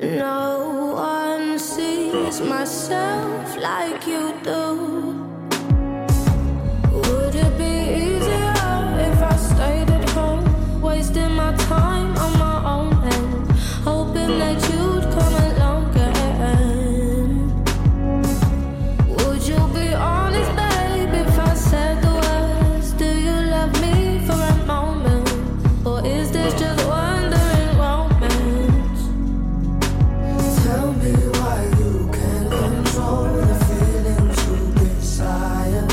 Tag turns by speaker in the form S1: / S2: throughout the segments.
S1: No one sees myself like you do. Would it be easier if I stayed at home, wasting my time on my own and hoping that you'd come along again? Would you be honest, babe, if I said the words? Do you love me for a moment, or is this just wandering romance?
S2: Tell me why you can't control the feelings you desire.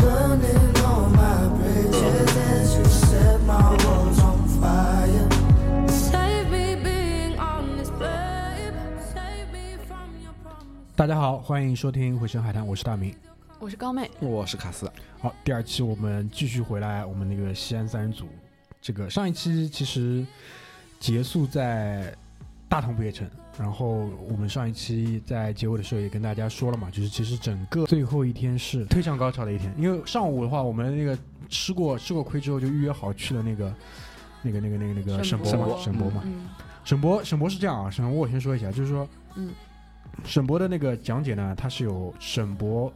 S2: Burning all my bridges as you set my walls on fire.
S1: Save me being honest, babe. Save me from your promise.
S3: 大家好，欢迎收听《回声海滩》，我是大明。
S4: 我是高妹，
S5: 我是卡斯，
S3: 好，第二期我们继续回来，我们那个西安三人组，这个上一期其实结束在大同不夜城，然后我们上一期在结尾的时候也跟大家说了嘛，就是其实整个最后一天是推向高潮的一天，因为上午的话，我们那个吃过吃过亏之后就预约好去了那个。那个、那个、那个、那个
S4: 沈
S3: 沈
S4: 博
S3: 博嘛，沈博嘛，
S4: 嗯，
S3: 沈博，沈博是这样啊，沈博我先说一下，就是说，
S4: 嗯，
S3: 沈博的那个讲解呢，它是有沈博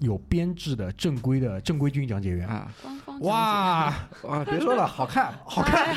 S3: 有编制的正规的正规军讲解员，
S5: 啊
S4: 官方
S3: 哇，
S5: 啊！别说了，好 看，
S3: 好看，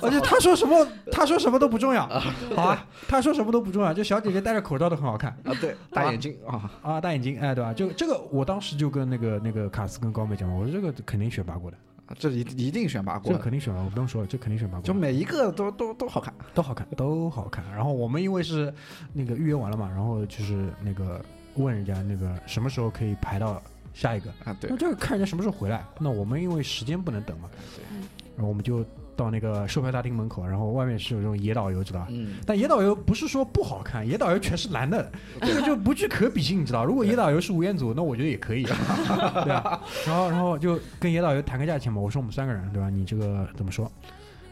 S3: 而且他说什么他说什么都不重要，
S4: 对
S3: 好啊，他说什么都不重要，就小姐姐戴着口罩都很好看
S5: 啊！对，大眼睛啊，
S3: 啊，大眼睛，哎，对吧？就这个，我当时就跟那个那个卡斯跟高妹讲嘛，我说这个肯定选拔过的，
S5: 这一一定选拔
S3: 这
S5: 过
S3: 个
S5: 的，
S3: 肯定选拔，我不用说了，这肯定选拔过的，
S5: 就每一个都都都好看。
S3: 都好看，都好看。然后我们因为是那个预约完了嘛，然后就是那个问人家那个什么时候可以排到下一个，
S5: 啊，对
S3: 那，这个看人家什么时候回来。那我们因为时间不能等嘛，
S5: 对
S4: 嗯
S3: 然后我们就到那个售票大厅门口，然后外面是有这种野导游，知道吧？
S5: 嗯，
S3: 但野导游不是说不好看，野导游全是男的，这个就不具可比性，你知道？如果野导游是吴彦祖，那我觉得也可 以，对吧？然后，然后就跟野导游谈个价钱嘛，我说我们三个人，对吧？你这个怎么说？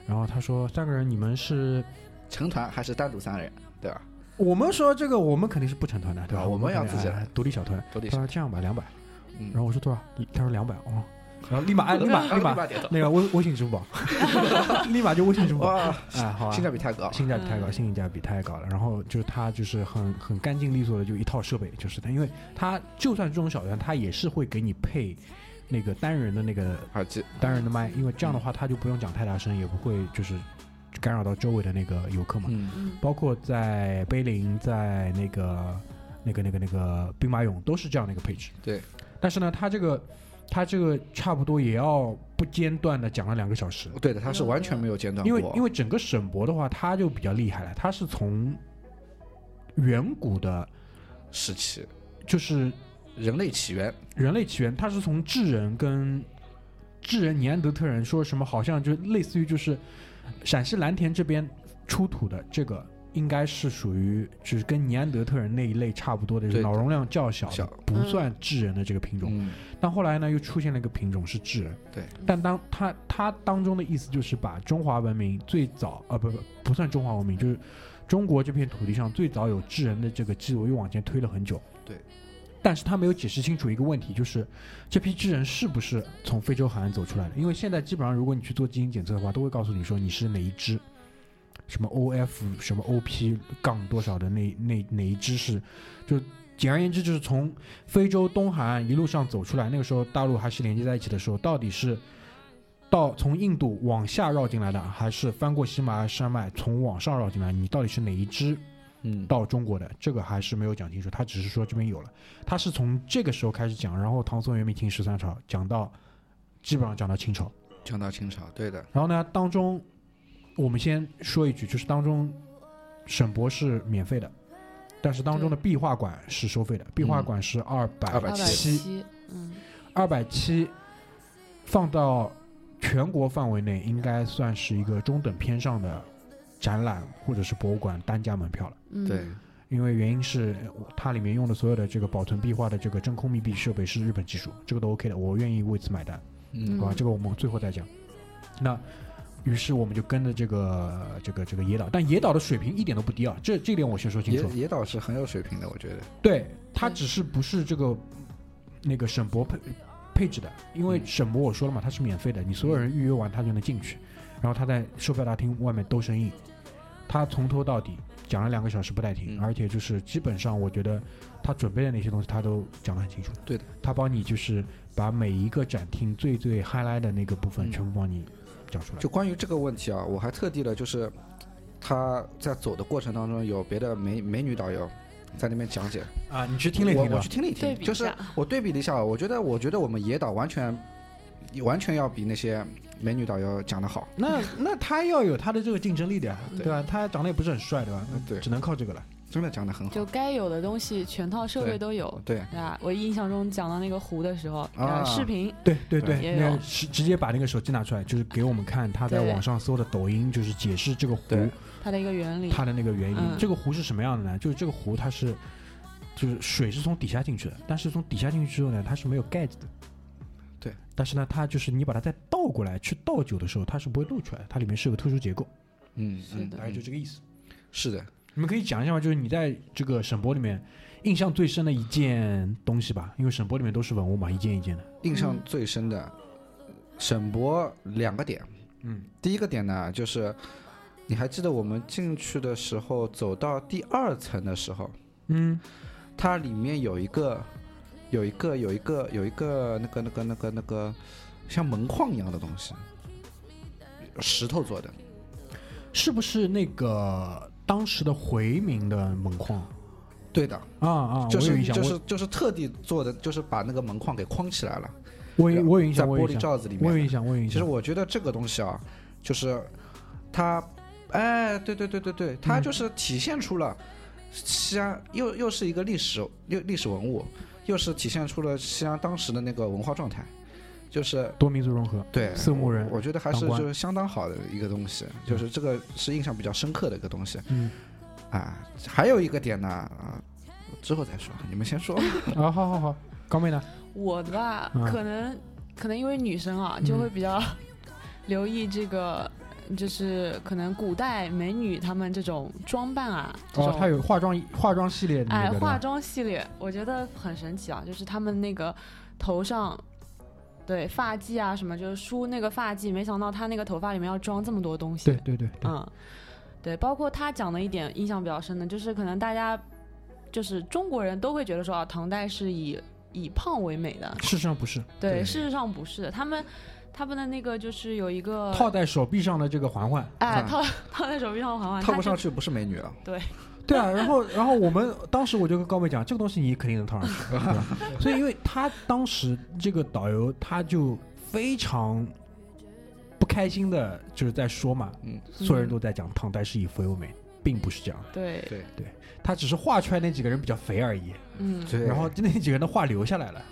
S3: 然后他说三个人，你们是
S5: 成团还是单独三人，对吧？
S3: 我们说这个，我们肯定是不成团的，对吧？
S5: 啊我们要
S3: 肯定
S5: 自己
S3: 哎
S5: 来
S3: 独立小团。
S5: 独立
S3: 他
S5: 小
S3: 说这样吧，两百。
S5: 嗯啊
S3: 然后我说多少？他说两百。哦，然后立马 哎，立马立马
S5: 点头，
S3: 那个微微信支 付宝， 立马就微信支付宝。
S5: 哇，
S3: 哎，好啊
S5: 性。价比太高，嗯
S3: 性价比太高，性价比太高了。然后就是他就是很很干净利索的，就一套设备，就是他，因为他就算这种小团，他也是会给你配那个单人的那个
S5: 耳机
S3: 单人的麦，因为这样的话他就不用讲太大声，也不会就是干扰到周围的那个游客嘛。
S5: 嗯
S4: 嗯
S3: 包括在碑林，在那个、那个、那个、那个兵马俑，都是这样的一个配置。
S5: 对，
S3: 但是呢，它这个它这个差不多也要不间断的讲了两个小时，
S5: 对的，他是完全没有间断过，
S3: 因为因为整个沈博的话，他就比较厉害了，他是从远古的，
S5: 时期
S3: 就是
S5: 人类起源，
S3: 人类起源，他是从智人跟智人尼安德特人说什么，好像就类似于就是陕西蓝田这边出土的这个，应该是属于就是跟尼安德特人那一类差不多的，就是
S5: 对
S3: 脑容量较小的
S5: 小，
S3: 不算智人的这个品种。
S5: 嗯，
S3: 但后来呢，又出现了一个品种是智人。
S5: 对，
S3: 但当它它当中的意思就是把中华文明最早啊不不不算中华文明，就是中国这片土地上最早有智人的这个记录又往前推了很久。
S5: 对，
S3: 但是他没有解释清楚一个问题，就是这批智人是不是从非洲海岸走出来的？因为现在基本上如果你去做基因检测的话，都会告诉你说你是哪一只。什么 OF 什么 OP 杠多少的那那哪一只是，就简而言之就是从非洲东海岸一路上走出来，那个时候大陆还是连接在一起的时候，到底是到从印度往下绕进来的，还是翻过喜马拉雅山脉从往上绕进来？你到底是哪一支
S5: 嗯，
S3: 到中国的？这个还是没有讲清楚，他只是说这边有了，他是从这个时候开始讲，然后唐宋元明清十三朝讲到基本上讲到清朝，
S5: 讲到清朝，对的，
S3: 然后呢，当中我们先说一句，就是当中沈博是免费的，但是当中的壁画馆是收费的，壁画馆是二百
S4: 二百
S5: 270
S4: 七，嗯，
S3: 二百七放到全国范围内，应该算是一个中等偏上的展览或者是博物馆单价门票了。
S4: 嗯
S5: 对，
S3: 因为原因是它里面用的所有的这个保存壁画的这个真空密闭设备是日本技术，这个都 OK 的，我愿意为此买单，
S5: 嗯
S3: 好吧？
S4: 嗯
S3: 这个我们最后再讲。那于是我们就跟着这个这个这个野岛，但野岛的水平一点都不低啊，这这点我先说清
S5: 野
S3: 楚。
S5: 野岛是很有水平的，我觉得，
S3: 对，它
S4: 对
S3: 只是不是这个那个沈博配配置的，因为
S5: 嗯
S3: 沈博我说了嘛，它是免费的，你所有人预约完他就能进去，然后他在售票大厅外面兜生意，他从头到底讲了两个小时不带停，
S5: 嗯
S3: 而且就是基本上我觉得他准备的那些东西他都讲得很清楚。
S5: 对的，
S3: 他帮你就是把每一个展厅最最 highlight 的那个部分
S5: 嗯
S3: 全部帮你讲出来。
S5: 就关于这个问题啊，我还特地的，就是他在走的过程当中，有别的美美女导游在那边讲解，
S3: 啊，你去听了一听
S5: 我我
S3: 吧
S5: 去。听了一
S4: 对
S5: 听，
S4: 比一
S5: 就是
S4: 下
S5: 我对比了一下，我觉得我觉得我们野岛完全完全要比那些美女导游讲的好。
S3: 那那他要有他的这个竞争力的呀，对吧？他长得也不是很帅，对吧？那
S5: 对
S3: 只能靠这个了。
S5: 真的讲的很好。
S4: 就该有的东西全套设备
S5: 对
S4: 都有。
S5: 对，
S4: 对吧？我印象中讲到那个湖的时候，
S5: 啊
S4: 呃，视频
S3: 对对
S5: 对
S3: 对，
S4: 也
S3: 那
S4: 有
S3: 直直接把那个手机拿出来，就是给我们看他在
S4: 对
S3: 网上搜的抖音，就是解释这个湖
S5: 对
S4: 它的一个原理，
S3: 它的那个原因。
S4: 嗯
S3: 这个湖是什么样的呢？就是这个湖它是，就是水是从底下进去的，但是从底下进去之后呢，它是没有盖子的。
S5: 对，
S3: 但是呢，它就是你把它再倒过来去倒酒的时候，它是不会露出来的，它里面是有个特殊结构，
S5: 嗯，
S4: 是的
S3: 大概就这个意思。
S5: 是的，
S3: 你们可以讲一下吗？就是你在这个省博里面印象最深的一件东西吧，因为省博里面都是文物嘛，一件一件的。
S5: 印象
S4: 嗯
S5: 最深的沈博两个点，
S3: 嗯，
S5: 第一个点呢就是。你还记得我们进去的时候，走到第二层的时候，
S3: 嗯，
S5: 它里面有一个，有一个，有一个，有一个那个那个那个那个像门框一样的东西，石头做的，
S3: 是不是那个当时的回民的门框？
S5: 对的，
S3: 啊啊，
S5: 就
S3: 我有
S5: 是
S3: 印象，
S5: 就是就是特地做的，就是把那个门框给框起来了，
S3: 我有我有印
S5: 在
S3: 象，我有
S5: 玻
S3: 印象，
S5: 璃罩子里
S3: 我有
S5: 面。
S3: 印象，我有印
S5: 其实
S3: 象。
S5: 我觉得这个东西啊，就是它，哎，对对对对对，它
S3: 嗯
S5: 就是体现出了西安又又是一个历史又历史文物，又是体现出了西安当时的那个文化状态，就是
S3: 多民族融合，
S5: 对
S3: 四牧人，
S5: 我觉得还
S3: 当
S5: 是
S3: 官
S5: 就是相当好的一个东西，就是这个是印象比较深刻的一个东西
S3: 嗯，
S5: 啊。还有一个点呢，啊，之后再说，你们先说。
S3: 啊，好好好，高妹呢？
S4: 我的吧，
S3: 嗯
S4: 可能可能因为女生啊，
S3: 嗯
S4: 就会比较 留意这个，就是可能古代美女她们这种装扮啊，这
S3: 哦，
S4: 种、
S3: 她有化妆化妆系列的那
S4: 哎
S3: 个对吧
S4: 化妆系列，我觉得很神奇啊，就是她们那个头上。对发髻啊，什么就是梳那个发髻，没想到她那个头发里面要装这么多东西。
S3: 对对对对，
S4: 嗯，对，包括他讲的一点印象比较深的，就是可能大家就是中国人都会觉得说啊，唐代是以以胖为美的，
S3: 事实上不是，
S4: 对，
S5: 对
S4: 事实上不是的，他们他们的那个就是有一个
S3: 套在手臂上的这个环环，
S4: 哎
S5: 啊
S4: 套套在手臂上环环，
S5: 套
S4: 它
S5: 不上
S4: 啊就
S5: 去不是美女了，
S3: 对
S4: 嗯
S3: 啊，然后然后我们当时我就跟高妹讲，这个东西你肯定能套上去， 对吧所以因为他当时这个导游他就非常不开心的，就是在说嘛，
S5: 嗯
S3: 所有人都在讲唐代是以肥为美，并不是这样，
S4: 对，
S5: 对
S3: 他只是画出来那几个人比较肥而已，
S4: 嗯，
S5: 对
S3: 然后那几个人的话留下来了，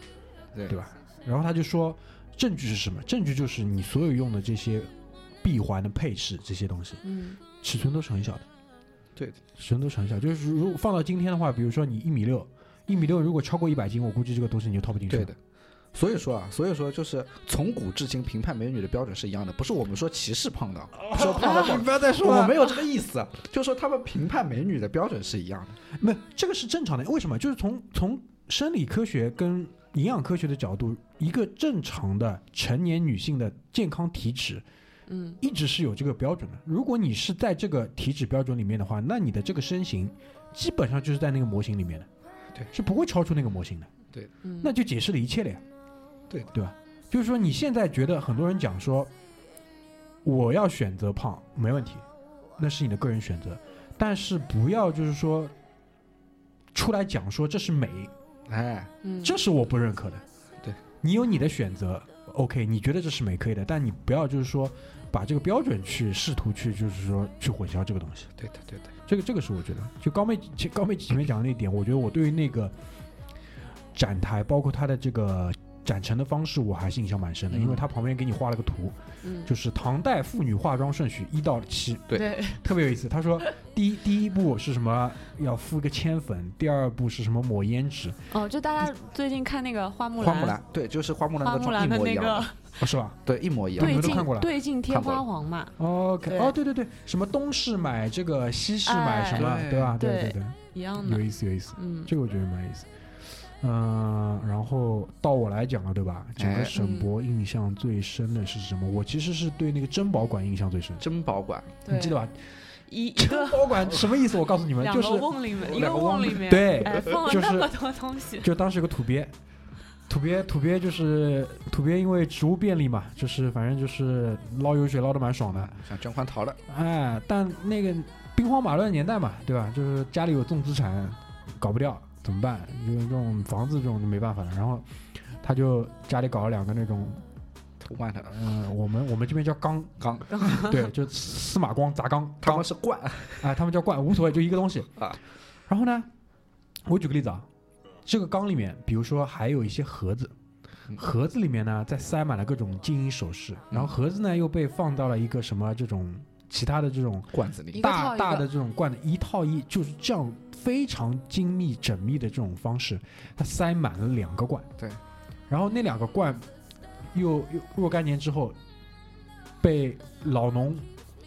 S5: 对
S3: 对吧？然后他就说，证据是什么？证据就是你所有用的这些闭环的配饰这些东西，
S4: 嗯，
S3: 尺寸都是很小的。
S5: 对的
S3: 尺寸都是很小，就是如果放到今天的话，比如说你一米六，一米六如果超过一百斤，我估计这个东西你就套不进去
S5: 对
S3: 了。
S5: 的。所以说啊，所以说就是从古至今评判美女的标准是一样的，不是我们说歧视胖的，
S4: 哦
S5: 说胖 的不
S3: 不要再
S5: 我没有这个意思，就是说他们评判美女的标准是一样的。
S3: 没有这个是正常的。为什么？就是从从生理科学跟营养科学的角度，一个正常的成年女性的健康体脂
S4: 嗯，
S3: 一直是有这个标准的。如果你是在这个体脂标准里面的话，那你的这个身形基本上就是在那个模型里面的，
S5: 对，
S3: 是不会超出那个模型的。
S4: 嗯
S3: 那就解释了一切了呀。
S5: 对
S3: 对吧？就是说，你现在觉得很多人讲说，我要选择胖没问题，那是你的个人选择，但是不要就是说出来讲说这是美，
S5: 哎，
S4: 嗯
S3: 这是我不认可的。
S5: 对，
S3: 你有你的选择，OK，你觉得这是美可以的，但你不要就是说把这个标准去试图去就是说去混淆这个东西。
S5: 对的，对的，
S3: 这个这个是我觉得，就高妹前高妹前面讲的那一点，我觉得我对于那个展台，包括它的这个展陈的方式，我还是印象蛮深的，
S5: 嗯
S3: 因为它旁边给你画了个图，
S4: 嗯
S3: 就是唐代妇女化妆顺序一到七，
S5: 对
S4: 对
S3: 特别有意思。他说第一第一步是什么？要敷个铅粉，第二步是什么抹胭脂，
S4: 哦，就大家最近看那个花木
S5: 花木
S4: 兰，
S5: 兰，对，就是花木兰
S4: 花
S5: 那个
S4: 木
S5: 妆一
S4: 兰的
S5: 模一
S4: 那
S5: 样
S4: 个
S5: 的，
S3: 哦、是吧
S5: 对，一模一样
S3: 你
S4: 对
S3: 们
S5: 的。
S3: 都
S4: 镜
S3: 看过了
S4: 对镜贴
S5: 看过
S4: 花
S5: 了
S4: 黄嘛，
S3: ？OK，
S4: 对
S3: 哦对对对，什么东市买这个，西市买什么，
S5: 哎
S3: 对吧？对
S4: 对
S3: 对，
S4: 一样
S3: 有
S4: 的，
S3: 意思有意思。
S4: 嗯，
S3: 这个我觉得蛮有意思。嗯、然后到我来讲了，啊对吧？整个
S5: 哎
S3: 沈
S4: 嗯
S3: 博印象最深的是什么？我其实是对那个珍宝馆印象最深，
S5: 珍宝馆，
S4: 对
S3: 你记得吧？
S4: 一一个
S3: 保管什么意思？我告诉你们，
S4: 两
S3: 就
S4: 个
S3: 是
S4: 瓮里面，一
S3: 两
S4: 个
S3: 个
S4: 瓮
S3: 瓮
S4: 里面，
S3: 对
S4: 哎，放了
S3: 就
S4: 那
S3: 是
S4: 么多东西，
S3: 就当时有个土鳖，土鳖土鳖就是土鳖，因为植物便利嘛，就是反正就是捞油水捞的蛮爽的，
S5: 嗯像捐款逃了，
S3: 哎，但那个兵荒马乱的年代嘛，对吧？就是家里有重资产，搞不掉怎么办？就是这种房子这种就没办法了。然后他就家里搞了两个那种，
S5: 偷罐头了，
S3: 嗯、我们我们这边叫 缸，
S5: 刚
S3: 对，就司马光砸缸，
S5: 他
S3: 缸
S5: 们是罐
S3: 哎，他们叫罐，无所谓，就一个东西
S5: 啊。
S3: 然后呢，我举个例子啊，这个缸里面，比如说还有一些盒子，
S5: 嗯
S3: 盒子里面呢再塞满了各种金银首饰，然后盒子呢又被放到了一个什么这种其他的这种
S5: 罐子
S4: 一
S5: 里，
S4: 个套
S3: 大
S4: 一
S3: 大
S4: 个
S3: 的这种罐子，一套一，就是这样非常精密缜密的这种方式，它塞满了两个罐。
S5: 对，
S3: 然后那两个罐又又若干年之后被老农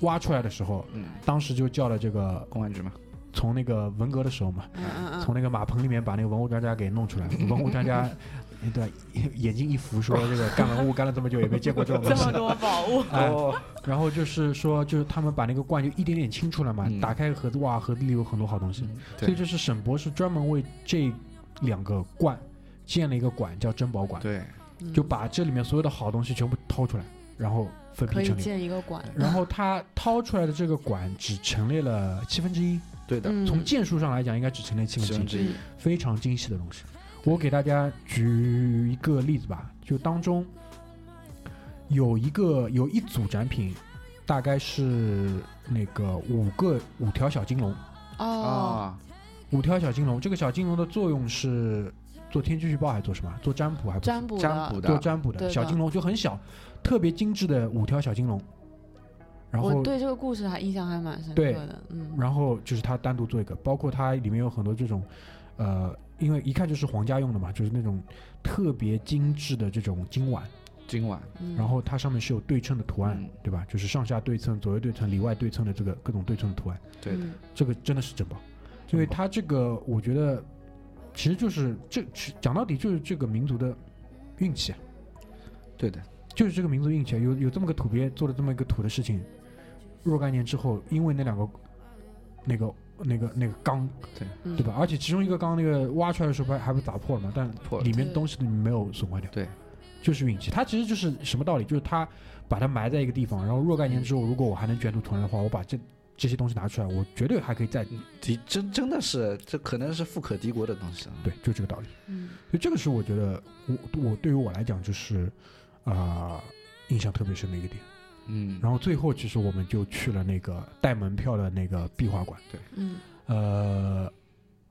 S3: 挖出来的时候，
S5: 嗯，
S3: 当时就叫了这个
S5: 公安局嘛，
S3: 从那个文革的时候嘛，
S4: 嗯嗯嗯，
S3: 从那个马棚里面把那个文物专家给弄出来，文物专家对吧眼睛一扶说这个干文物干了这么久也没见过这种
S4: 这
S3: 东西
S4: 么。多宝 物，
S3: 哎
S5: 哦，
S3: 然后就是说，就是他们把那个罐就一点点清出来嘛，
S5: 嗯
S3: 打开盒子，哇，盒子里有很多好东西。所以
S5: 对
S3: 就是沈博士专门为这两个罐建了一个馆，叫珍宝馆，
S5: 对，
S3: 就把这里面所有的好东西全部掏出来，然后分
S4: 可
S3: 批
S4: 以
S3: 陈列。
S4: 建一个馆，
S3: 然后他掏出来的这个馆只陈列了七分之一，
S5: 对的，
S4: 嗯
S3: 从件数上来讲，应该只陈列七分
S5: 其
S3: 之
S5: 中
S3: 一，
S5: 之一，
S3: 非常精细的东西。我给大家举一个例子吧，就当中有一个有一组展品，大概是那个五个五条小金龙，
S4: 哦，
S5: 啊，
S3: 五条小金龙。这个小金龙的作用是做天气预报还是做什么？做占卜还是
S4: 占卜
S5: 占卜
S4: 嗯的，
S5: 的
S3: 做占卜的？
S4: 对的
S3: 小金龙就很小，特别精致的五条小金龙。然
S4: 我
S3: 后
S4: 对这个故事还印象还蛮深刻
S3: 对
S4: 的，嗯，
S3: 然后就是它单独做一个，包括它里面有很多这种，呃，因为一看就是皇家用的嘛，就是那种特别精致的这种金碗，
S5: 今晚
S4: 嗯
S3: 然后它上面是有对称的图案，
S5: 嗯
S3: 对吧？就是上下对称、左右对称、里外对称的这个各种对称的图案，
S5: 对的，
S4: 嗯
S3: 这个真的是珍宝，因为它这个我觉得其实就是这其讲到底就是这个民族的运气啊，
S5: 对的，
S3: 就是这个民族运气啊，有有这么个土鳖做了这么一个土的事情，若干年之后，因为那两个那个那个那个缸
S4: 嗯
S3: 对吧？而且其中一个刚刚那个挖出来的时候不还还被砸破了嘛，但
S5: 破了
S3: 里面
S4: 对
S3: 东西没有损坏掉，
S5: 对，
S3: 就是运气。它其实就是什么道理？就是它把它埋在一个地方，然后若干年之后，如果我还能卷土重来的话，我把这这些东西拿出来，我绝对还可以再
S5: 的真真的是，这可能是富可敌国的东西啊，
S3: 对，就这个道理。
S4: 嗯
S3: 所以这个是我觉得我我对于我来讲就是啊、呃印象特别深的一个点。
S5: 嗯，
S3: 然后最后其实我们就去了那个带门票的那个壁画馆。
S4: 嗯
S3: 呃，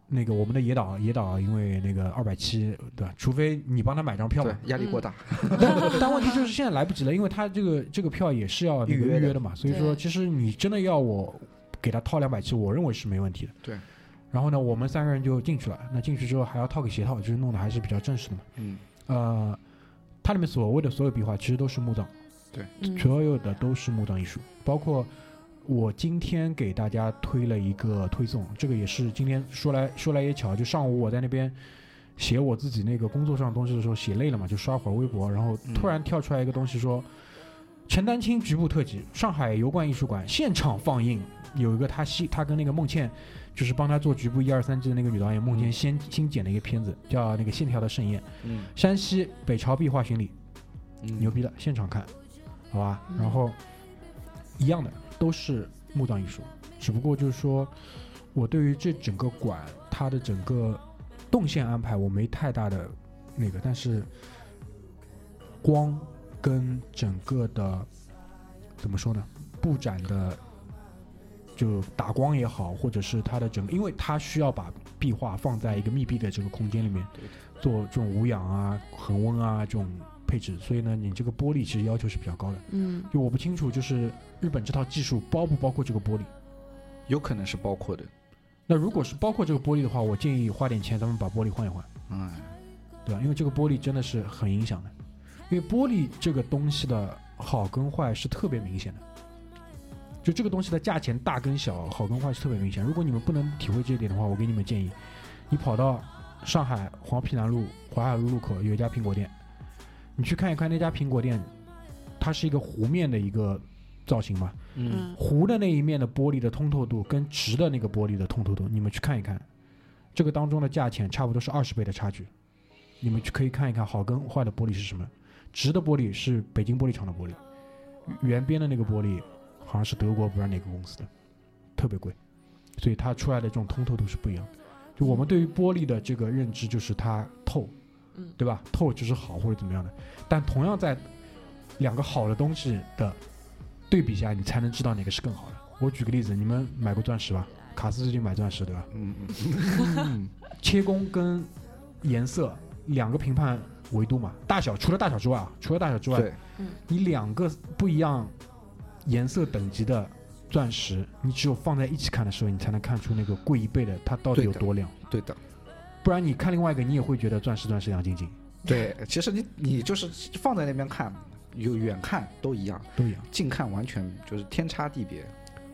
S3: 那个我们的野岛野岛，因为那个二百七，对吧？除非你帮他买张票
S5: 对
S3: 嘛。
S5: 压力过大，
S3: 但但问题就是现在来不及了，因为他这个这个票也是要那个
S5: 预约
S3: 预
S5: 的
S3: 约的嘛，所以说
S4: 对
S3: 其实你真的要我给他掏两百七，我认为是没问题的。
S5: 对。
S3: 然后呢，我们三个人就进去了。那进去之后还要套个鞋套，就是弄得还是比较正式的嘛。
S5: 嗯，
S3: 呃，它里面所谓的所有壁画其实都是墓葬。
S4: 嗯
S3: 所有的都是墓葬艺术，包括我今天给大家推了一个推送，这个也是今天说来说来也巧，就上午我在那边写我自己那个工作上的东西的时候，写累了嘛，就刷会儿微博，然后突然跳出来一个东西说，陈丹青局部特辑，上海油罐艺术馆现场放映，有一个他新他跟那个孟倩，就是帮他做局部一二三季的那个女导演孟倩先新剪的一个片子，叫那个《线条的盛宴》，
S5: 嗯
S3: 山西北朝壁画巡礼。
S5: 嗯，
S3: 牛逼的，现场看，好吧？
S4: 嗯
S3: 然后一样的都是墓葬艺术，只不过就是说我对于这整个馆它的整个动线安排我没太大的那个，但是光跟整个的怎么说呢？布展的就打光也好，或者是它的整个，因为它需要把壁画放在一个密闭的这个空间里面，做这种无氧啊、恒温啊这种配置，所以呢，你这个玻璃其实要求是比较高的。
S4: 嗯
S3: 就我不清楚，就是日本这套技术包不包括这个玻璃。
S5: 有可能是包括的，
S3: 那如果是包括这个玻璃的话，我建议花点钱，咱们把玻璃换一换，
S5: 嗯，
S3: 对吧？因为这个玻璃真的是很影响的，因为玻璃这个东西的好跟坏是特别明显的。就这个东西的价钱大跟小，好跟坏是特别明显。如果你们不能体会这一点的话，我给你们建议，你跑到上海黄陂南路淮海路路口有一家苹果店，你去看一看那家苹果店，它是一个弧面的一个造型嘛，
S5: 嗯，
S4: 嗯，
S3: 弧的那一面的玻璃的通透度跟直的那个玻璃的通透度，你们去看一看，这个当中的价钱差不多是二十倍的差距，你们去可以看一看好跟坏的玻璃是什么。直的玻璃是北京玻璃厂的玻璃，圆边的那个玻璃好像是德国不知道哪个公司的，特别贵，所以它出来的这种通透度是不一样的。就我们对于玻璃的这个认知就是它透，
S4: 嗯
S3: 对吧？透就是好或者怎么样的，但同样在两个好的东西的对比下，你才能知道哪个是更好的。我举个例子，你们买过钻石吧？卡斯最近买钻石对吧？
S5: 嗯嗯
S3: 切工跟颜色两个评判维度嘛，大小除了大小之外啊，除了大小之外，
S5: 对，
S3: 你两个不一样颜色等级的钻石，你只有放在一起看的时候，你才能看出那个贵一倍的它到底
S5: 对
S3: 有
S5: 的
S3: 多亮。
S5: 对的，
S3: 不然你看另外一个，你也会觉得钻石钻石亮晶晶，
S5: 对。其实你你就是放在那边看，有远看都一样，
S3: 都一样。
S5: 近看完全就是天差地别。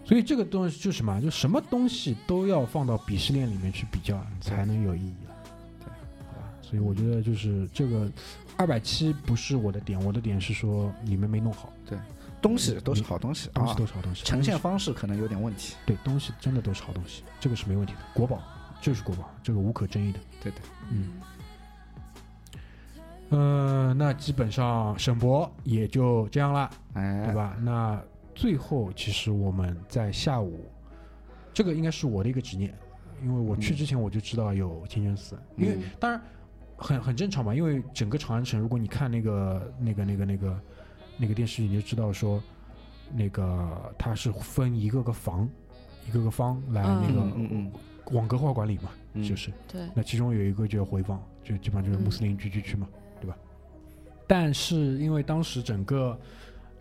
S3: 所以这个东西就是什么，就什么东西都要放到鄙视链里面去比较，才能有意义了。
S5: 对，
S3: 好吧。所以我觉得就是这个二百七不是我的点，我的点是说你们没弄好，
S5: 东西都是好东西
S3: 东西
S5: 啊
S3: 都，是好东西，
S5: 呈现
S3: 东西
S5: 方式可能有点问题。
S3: 对东西真的都是好东西，这个是没问题的，国宝就是国宝，这个无可争议的。
S5: 对的，
S3: 嗯，呃，那基本上沈博也就这样啦，
S5: 哎，
S3: 对吧？那最后其实我们在下午，这个应该是我的一个执念，因为我去之前我就知道有清真寺，
S5: 嗯
S3: 因为当然很很正常嘛，因为整个长安城，如果你看那个那个那个那个那个电视剧，你就知道说，那个它是分一个个房，一个个方来那
S5: 嗯
S3: 个
S5: 嗯嗯
S3: 网格化管理嘛，
S5: 嗯，
S3: 就是。
S4: 对，
S3: 那其中有一个就要回放，就基本上就是穆斯林聚居区嘛，对吧？但是因为当时整个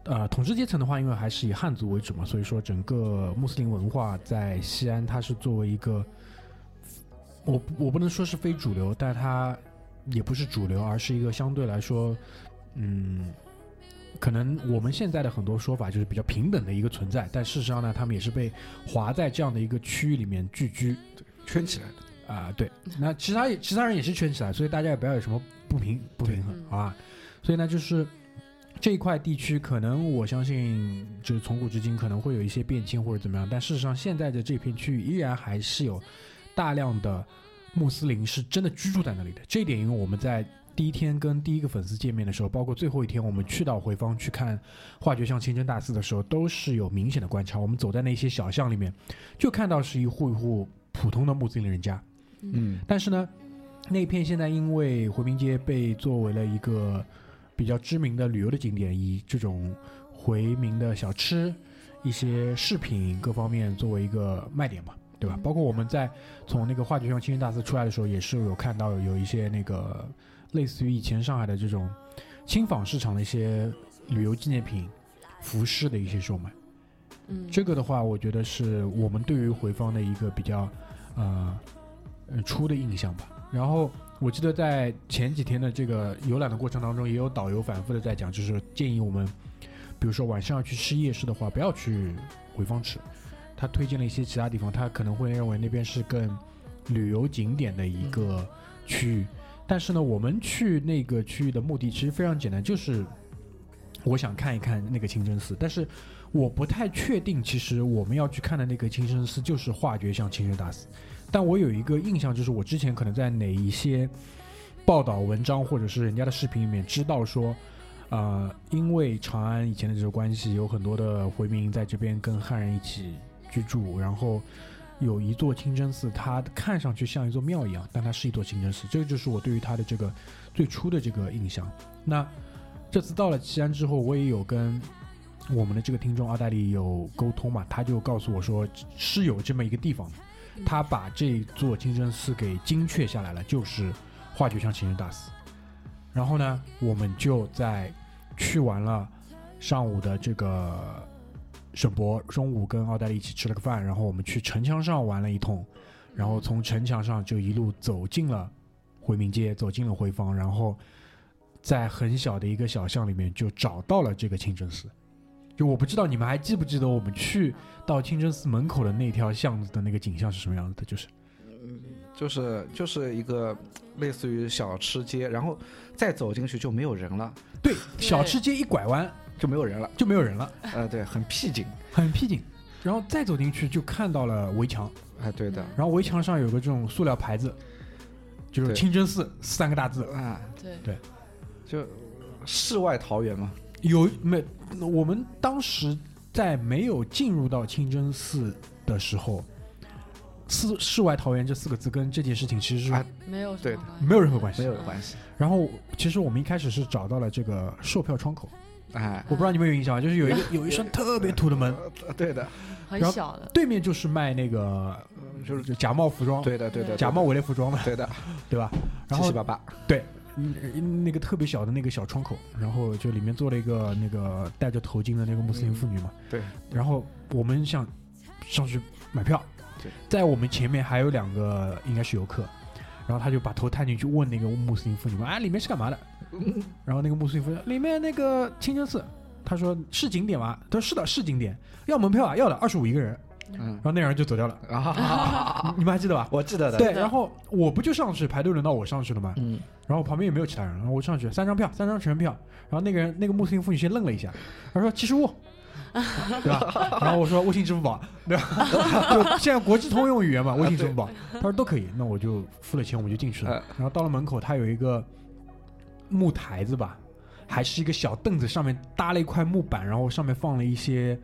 S3: 呃统治阶层的话，因为还是以汉族为主嘛，所以说整个穆斯林文化在西安，它是作为一个我不我不能说是非主流，但它也不是主流，而是一个相对来说，嗯。可能我们现在的很多说法就是比较平等的一个存在，但事实上呢，他们也是被划在这样的一个区域里面聚居，
S5: 圈起来的。
S3: 啊、对，那其他也其他人也是圈起来，所以大家也不要有什么不平不平衡
S4: 嗯，
S3: 好吧？所以呢，就是这一块地区，可能我相信就是从古至今可能会有一些变迁或者怎么样，但事实上现在的这片区域依然还是有大量的穆斯林是真的居住在那里的。这一点，因为我们在第一天跟第一个粉丝见面的时候，包括最后一天我们去到回坊去看化学巷清真大寺的时候，都是有明显的观察。我们走在那些小巷里面，就看到是一户一户普通的穆斯林人家，
S5: 嗯
S3: 但是呢，那一片现在因为回民街被作为了一个比较知名的旅游的景点，以这种回民的小吃、一些饰品各方面作为一个卖点嘛，对吧？包括我们在从那个话剧上清真大寺出来的时候，也是有看到有一些那个类似于以前上海的这种轻纺市场的一些旅游纪念品、服饰的一些售卖。
S4: 嗯，
S3: 这个的话，我觉得是我们对于回坊的一个比较呃呃初的印象吧。然后我记得在前几天的这个游览的过程当中，也有导游反复的在讲，就是建议我们，比如说晚上要去吃夜市的话，不要去回坊吃。他推荐了一些其他地方，他可能会认为那边是更旅游景点的一个区域。但是呢，我们去那个区域的目的其实非常简单，就是我想看一看那个清真寺，但是我不太确定，其实我们要去看的那个清真寺就是化觉巷清真大寺，但我有一个印象，就是我之前可能在哪一些报道文章或者是人家的视频里面知道说，呃，因为长安以前的这个关系，有很多的回民在这边跟汉人一起居住，然后。有一座清真寺，它看上去像一座庙一样，但它是一座清真寺。这个就是我对于它的这个最初的这个印象。那这次到了西安之后，我也有跟我们的这个听众奥黛丽有沟通嘛，他就告诉我说是有这么一个地方的，他把这座清真寺给精确下来了，就是化觉巷清真大寺。然后呢，我们就在去完了上午的这个沈博，中午跟奥黛丽一起吃了个饭，然后我们去城墙上玩了一通，然后从城墙上就一路走进了回民街，走进了回坊，然后在很小的一个小巷里面就找到了这个清真寺。就我不知道你们还记不记得我们去到清真寺门口的那条巷子的那个景象是什么样子的？就是
S5: 就是就是一个类似于小吃街，然后再走进去就没有人了。
S3: 对，小吃街一拐弯，
S5: 就没有人了。
S3: 就没有人了，
S5: 呃，对，很僻静。
S3: 很僻静。然后再走进去就看到了围墙，
S5: 哎，对的。
S3: 然后围墙上有个这种塑料牌子，就是
S5: 对
S3: 清真寺三个大字。
S5: 啊，
S4: 对，
S5: 就世外桃源嘛。
S3: 有没？我们当时在没有进入到清真寺的时候，世世外桃源这四个字跟这件事情其实是
S5: 啊
S4: 没有什么
S5: 对的
S4: 关系
S3: 没有任何关系。
S5: 没有关系。
S3: 然后其实我们一开始是找到了这个售票窗口，
S5: 哎，
S3: 我不知道你们有印象吗？啊就是有一个有一扇特别土的门，
S5: 呃对的，
S4: 很
S3: 然后
S4: 小的，
S3: 对面就是卖那个
S5: 就是
S3: 就假冒服装，
S5: 对的，对的，
S3: 假冒伪劣服装的，
S5: 对的，
S3: 对吧？然
S5: 七
S3: 后
S5: 七八八，
S3: 对，嗯那个特别小的那个小窗口，然后就里面坐了一个那个戴着头巾的那个穆斯林妇女嘛。
S5: 对。
S3: 然后我们想上去买票
S5: 对，
S3: 在我们前面还有两个应该是游客，然后他就把头探进去问那个穆斯林妇女嘛，啊，里面是干嘛的？ 然后那个穆斯林妇女说哎里面那个清真寺，他说是景点吗？他说是的，是景点，要门票啊，要的，二十五一个人。
S5: 嗯
S3: 然后那两人就走掉了，
S5: 啊，
S3: 你们还记得 吧？
S5: 我记得的。
S3: 对，然后我不就上去排队轮到我上去了吗？
S5: 嗯，
S3: 然后旁边也没有其他人，然后我上去三张票，三张全票。然后那个人那个穆斯林妇女先愣了一下，她说七十五，对吧？ 然后我说微信、支付宝，对吧？ 就现在国际通用语言嘛，微信、支付宝。她说都可以，那我就付了钱，我们就进去了
S5: 呃。
S3: 然后到了门口，它有一个木台子吧，还是一个小凳子，上面搭了一块木板，然后上面放了一些。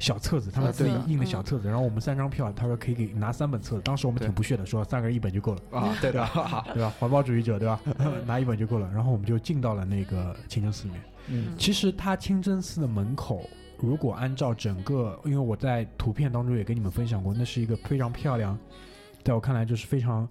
S3: 小册子，他们
S5: 啊
S3: 自
S5: 对
S3: 己
S5: 的
S3: 印的小册子，然后我们三张票，他说可以给拿三本册子，当时我们挺
S5: 对
S3: 不屑的，说三个人一本就够了。
S5: 啊，对的，
S3: 对吧？环保主义者，对吧？拿一本就够了。然后我们就进到了那个清真寺里面。
S5: 嗯
S3: 其实它清真寺的门口，如果按照整个，因为我在图片当中也跟你们分享过，那是一个非常漂亮，在我看来就是非常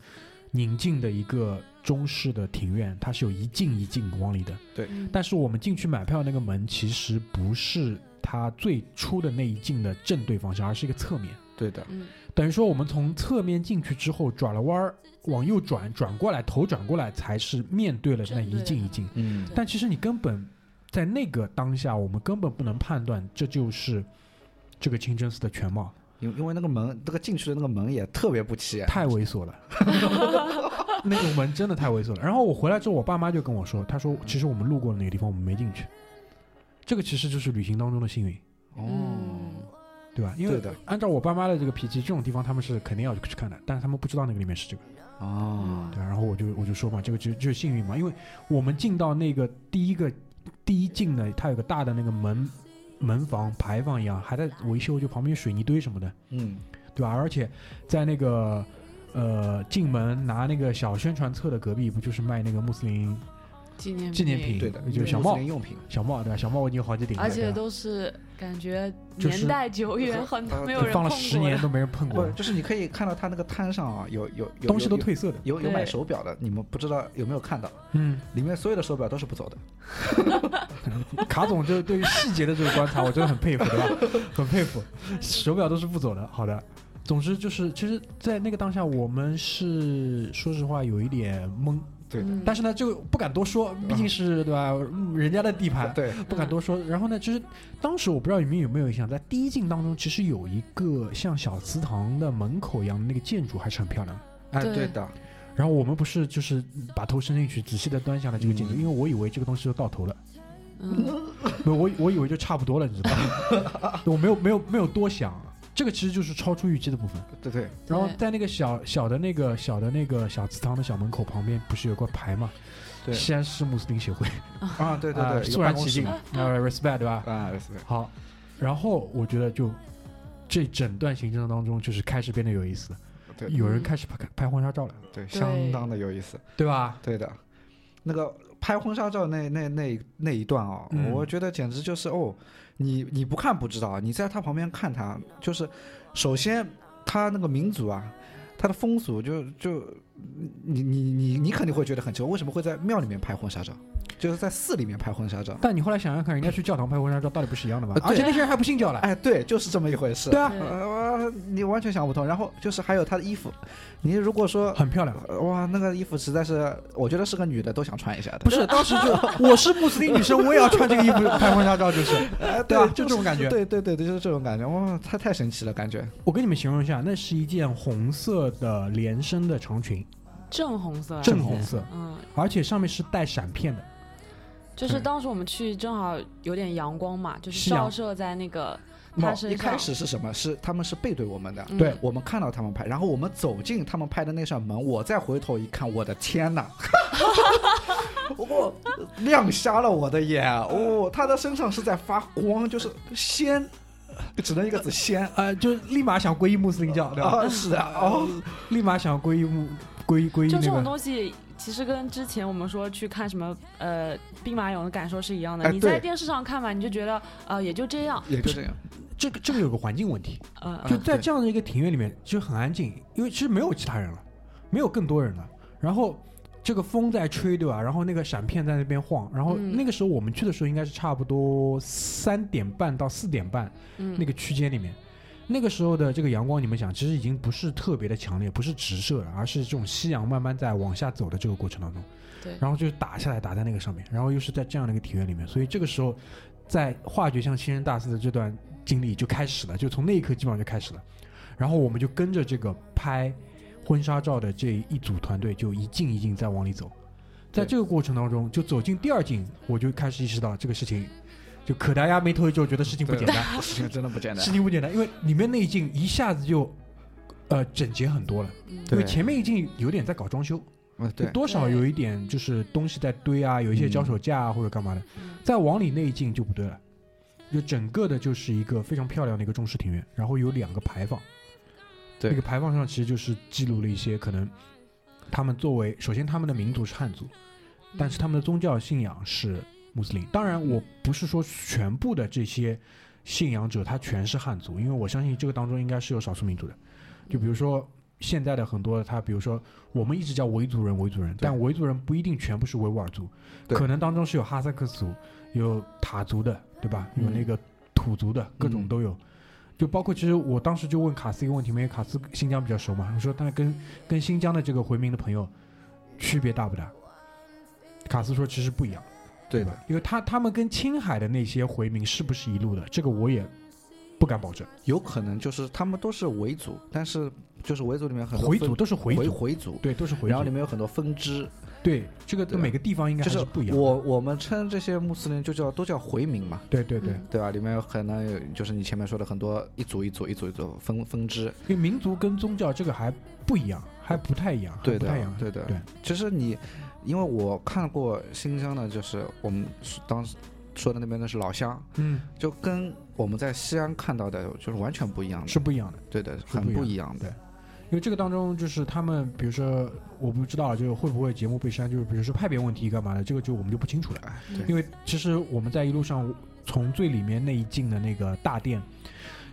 S3: 宁静的一个中式的庭院，它是有一进一进往里的。
S4: 嗯
S3: 但是我们进去买票那个门其实不是它最初的那一进的正对方向，而是一个侧面。
S5: 对的，
S4: 嗯
S3: 等于说我们从侧面进去之后，转了弯儿，往右转，转过来，头转过来，才是面对了那一进一进。
S5: 嗯
S3: 但其实你根本在那个当下，我们根本不能判断这就是这个清真寺的全貌，
S5: 因因为那个门，那个进去的那个门也特别不起眼。哦
S3: 太猥琐 了。那个门真的太猥琐了。然后我回来之后，我爸妈就跟我说，他说其实我们路过了那个地方，我们没进去。这个其实就是旅行当中的幸运，
S5: 哦，
S3: 对吧？因为
S5: 对的
S3: 按照我爸妈的这个脾气，这种地方他们是肯定要去看的，但是他们不知道那个里面是这个。
S5: 哦，
S3: 对，然后我就我就说嘛，这个就就是幸运嘛，因为我们进到那个第一个第一进的，它有个大的那个门门房牌坊一样，还在维修，就旁边有水泥堆什么的，
S5: 嗯，
S3: 对吧？而且在那个呃进门拿那个小宣传册的隔壁，不就是卖那个穆斯林
S4: 纪念
S3: 纪念品
S5: 嗯对的，
S3: 就是小帽
S5: 穆斯林用品，
S3: 小帽，对吧？小帽我已经有好几顶了，
S4: 而
S3: 对
S4: 且
S3: 吧
S4: 都是感觉
S3: 就是
S4: 年代久远，很
S5: 呃
S4: 没
S5: 对
S4: 有人
S3: 放了
S4: 碰
S3: 十
S4: 过
S3: 年
S4: 的
S3: 都没人碰
S5: 不
S3: 过，
S5: 就是你可以看到他那个摊上啊，有有有
S3: 嗯东西都
S5: 有
S3: 褪色的，
S5: 有有买
S4: 对
S5: 手表的，你们不知道有没有看到？
S3: 嗯。
S5: 里面所有的手表都是不走的。
S3: 卡总就对于细节的这个观察，我真的很佩服，对吧？ 很佩服，手表都是不走的。好的，总之就是，其实，在那个当下，我们是说实话有一点懵，
S5: 对的
S4: 嗯
S3: 但是呢，就不敢多说，毕竟是对吧？嗯人家的地盘，
S5: 对，
S3: 不敢多说。然后呢，其实当时我不知道你们有没有印象，在第一进当中，其实有一个像小祠堂的门口一样的那个建筑，还是很漂亮的。
S5: 哎，
S4: 对
S5: 对的，
S3: 然后我们不是就是把头伸进去，仔细的端详了这个建筑，
S5: 嗯
S3: 因为我以为这个东西就到头了。
S4: 嗯
S3: 不，我我以为就差不多了，你知道吗？ 我没有没有没有多想，啊这个其实就是超出预期的部分。
S5: 对对，
S3: 然后
S4: 对
S3: 在那个小小的那个小的那个小祠堂的小门口旁边，不是有个牌嘛？
S5: 对
S3: 西安市穆斯林协会，
S5: 啊，对对
S3: 啊
S5: 对，
S3: 肃然起敬，
S5: 啊
S3: 啊，respect，对吧？
S5: ，respect，
S3: 好，然后我觉得就这整段行程当中，就是开始变得有意思了，
S5: 对
S3: 有人
S4: 嗯
S3: 开始拍拍婚纱照了，
S5: 对，相当的有意思，
S3: 对吧？
S5: 对的，那个拍婚纱照那那那那一段哦，
S3: 嗯
S5: 我觉得简直就是哦，你你不看不知道，啊你在他旁边看他，就是首先他那个民族啊，他的风俗就就你你你你肯定会觉得很奇怪，为什么会在庙里面拍婚纱照，就是在寺里面拍婚纱照？
S3: 但你后来想想看，人家去教堂拍婚纱照，到底不是一样的吗？
S5: 啊对
S3: 而且那些人还不信教了，
S5: 哎，对，就是这么一回事。
S3: 对啊
S4: 对
S5: 呃，你完全想不通。然后就是还有他的衣服，你如果说
S3: 很漂亮。
S5: 呃哇，那个衣服实在是，我觉得是个女的都想穿一下的。
S3: 不是，当时就我是穆斯林女生，我也要穿这个衣服拍婚纱照，就是。
S5: 哎，
S3: 对啊就
S5: 就
S3: 这种
S5: 是
S3: 感觉
S5: 对对对对，就是这种感觉。哇，太太神奇了，感觉。
S3: 我跟你们形容一下，那是一件红色的连身的长裙，
S4: 正红色，
S3: 正红色，
S4: 嗯，
S3: 而且上面是带闪片的，
S4: 就是
S5: 对
S4: 当时我们去正好有点阳光嘛，就是
S3: 夕阳
S4: 照射在那个他
S5: 那
S4: 身上。
S5: 哦一开始是什么？是他们是背对我们的，
S4: 嗯
S3: 对
S5: 我们看到他们拍，然后我们走进他们拍的那扇门，我再回头一看，我的天 呐，我亮瞎了我的眼哦，他的身上是在发光，就是鲜，只能一个字鲜
S3: 呃，就立马想皈依穆斯林教，对吧？
S5: 啊，是的哦，
S3: 立马想皈依穆皈皈依
S4: 就
S3: 那
S4: 这种
S3: 个。
S4: 东西，其实跟之前我们说去看什么呃兵马俑的感受是一样的。
S5: 哎
S4: 你
S5: 对
S4: 在电视上看嘛，你就觉得呃也就这样，
S5: 也就这样，
S3: 这个这个有个环境问题，
S4: 呃
S3: 就
S5: 嗯
S3: 在
S5: 对
S3: 这样的一个庭院里面就很安静，因为其实没有其他人了，没有更多人了。然后这个风在吹，对吧？然后那个闪片在那边晃。然后
S4: 嗯
S3: 那个时候我们去的时候应该是差不多三点半到四点半
S4: 嗯
S3: 那个区间里面。那个时候的这个阳光，你们想，其实已经不是特别的强烈，不是直射了，而是这种夕阳慢慢在往下走的这个过程当中。
S4: 对
S3: 然后就打下来，打在那个上面，然后又是在这样的一个庭院里面，所以这个时候，在化学向新人大四的这段经历就开始了，就从那一刻基本上就开始了。然后我们就跟着这个拍婚纱照的这一组团队，就一进一进在往里走。在
S5: 对
S3: 这个过程当中，就走进第二进，我就开始意识到这个事情，就可达鸭眉头一皱，觉得事情不简单，
S5: 事情真的不简 单
S3: 事，情不简单，因为里面那一进一下子就，呃，整洁很多了。因为
S5: 对
S3: 前面一进有点在搞装修，
S5: 嗯
S3: 就
S5: 对，
S3: 多少有一点就是东西在堆啊，有一些
S5: 嗯
S3: 脚手架啊或者干嘛的，再往里那一进就不对了，就整个的就是一个非常漂亮的一个中式庭院，然后有两个牌坊，
S5: 对
S3: 那个牌坊上其实就是记录了一些可能他们作为首先他们的民族是汉族，但是他们的宗教信仰是穆斯林。当然，我不是说全部的这些信仰者他全是汉族，因为我相信这个当中应该是有少数民族的。就比如说现在的很多的他，比如说我们一直叫维族人，维族人，但维族人不一定全部是维吾尔族，
S5: 对
S3: 可能当中是有哈萨克族、有塔族的，对吧？有
S5: 嗯
S3: 那个土族的，各种
S5: 嗯
S3: 都有。就包括，其实我当时就问卡斯一个问题，因为卡斯新疆比较熟嘛，我说他跟跟新疆的这个回民的朋友区别大不大？卡斯说其实不一样，
S5: 对
S3: 吧
S5: 的，？
S3: 因为他他们跟青海的那些回民是不是一路的，这个我也不敢保证。
S5: 有可能就是他们都是维族，但是就是维族里面很多
S3: 回
S5: 分
S3: 族都是回
S5: 回
S3: 族，
S5: 回族。
S3: 对，都是回
S5: 然后里
S3: 族。
S5: 面有很多分支，
S3: 对，这个
S5: 对吧
S3: 每个地方应该
S5: 就
S3: 还是不一样的。
S5: 我我们称这些穆斯林就叫都叫回民嘛，
S3: 对对对，
S4: 嗯
S5: 对吧？里面有可能有就是你前面说的很多一组一组一组一组分分支，
S3: 因为民族跟宗教这个还不一样，还不太一样，还
S5: 对
S3: 不
S5: 的
S3: 太一样，。
S5: 对的。
S3: 对，
S5: 其实你，因为我看过新疆的，就是我们当时说的那边的是老乡，
S3: 嗯，
S5: 就跟我们在西安看到的就是完全不一样的，
S3: 是不一样的。
S5: 对的，
S3: 是
S5: 很
S3: 不一样
S5: 不一样的。
S3: 因为这个当中就是他们，比如说我不知道，就是会不会节目被删，就是比如说派别问题干嘛的，这个就我们就不清楚了。
S5: 哎
S4: 嗯
S5: 对
S3: 因为其实我们在一路上从最里面那一进的那个大殿，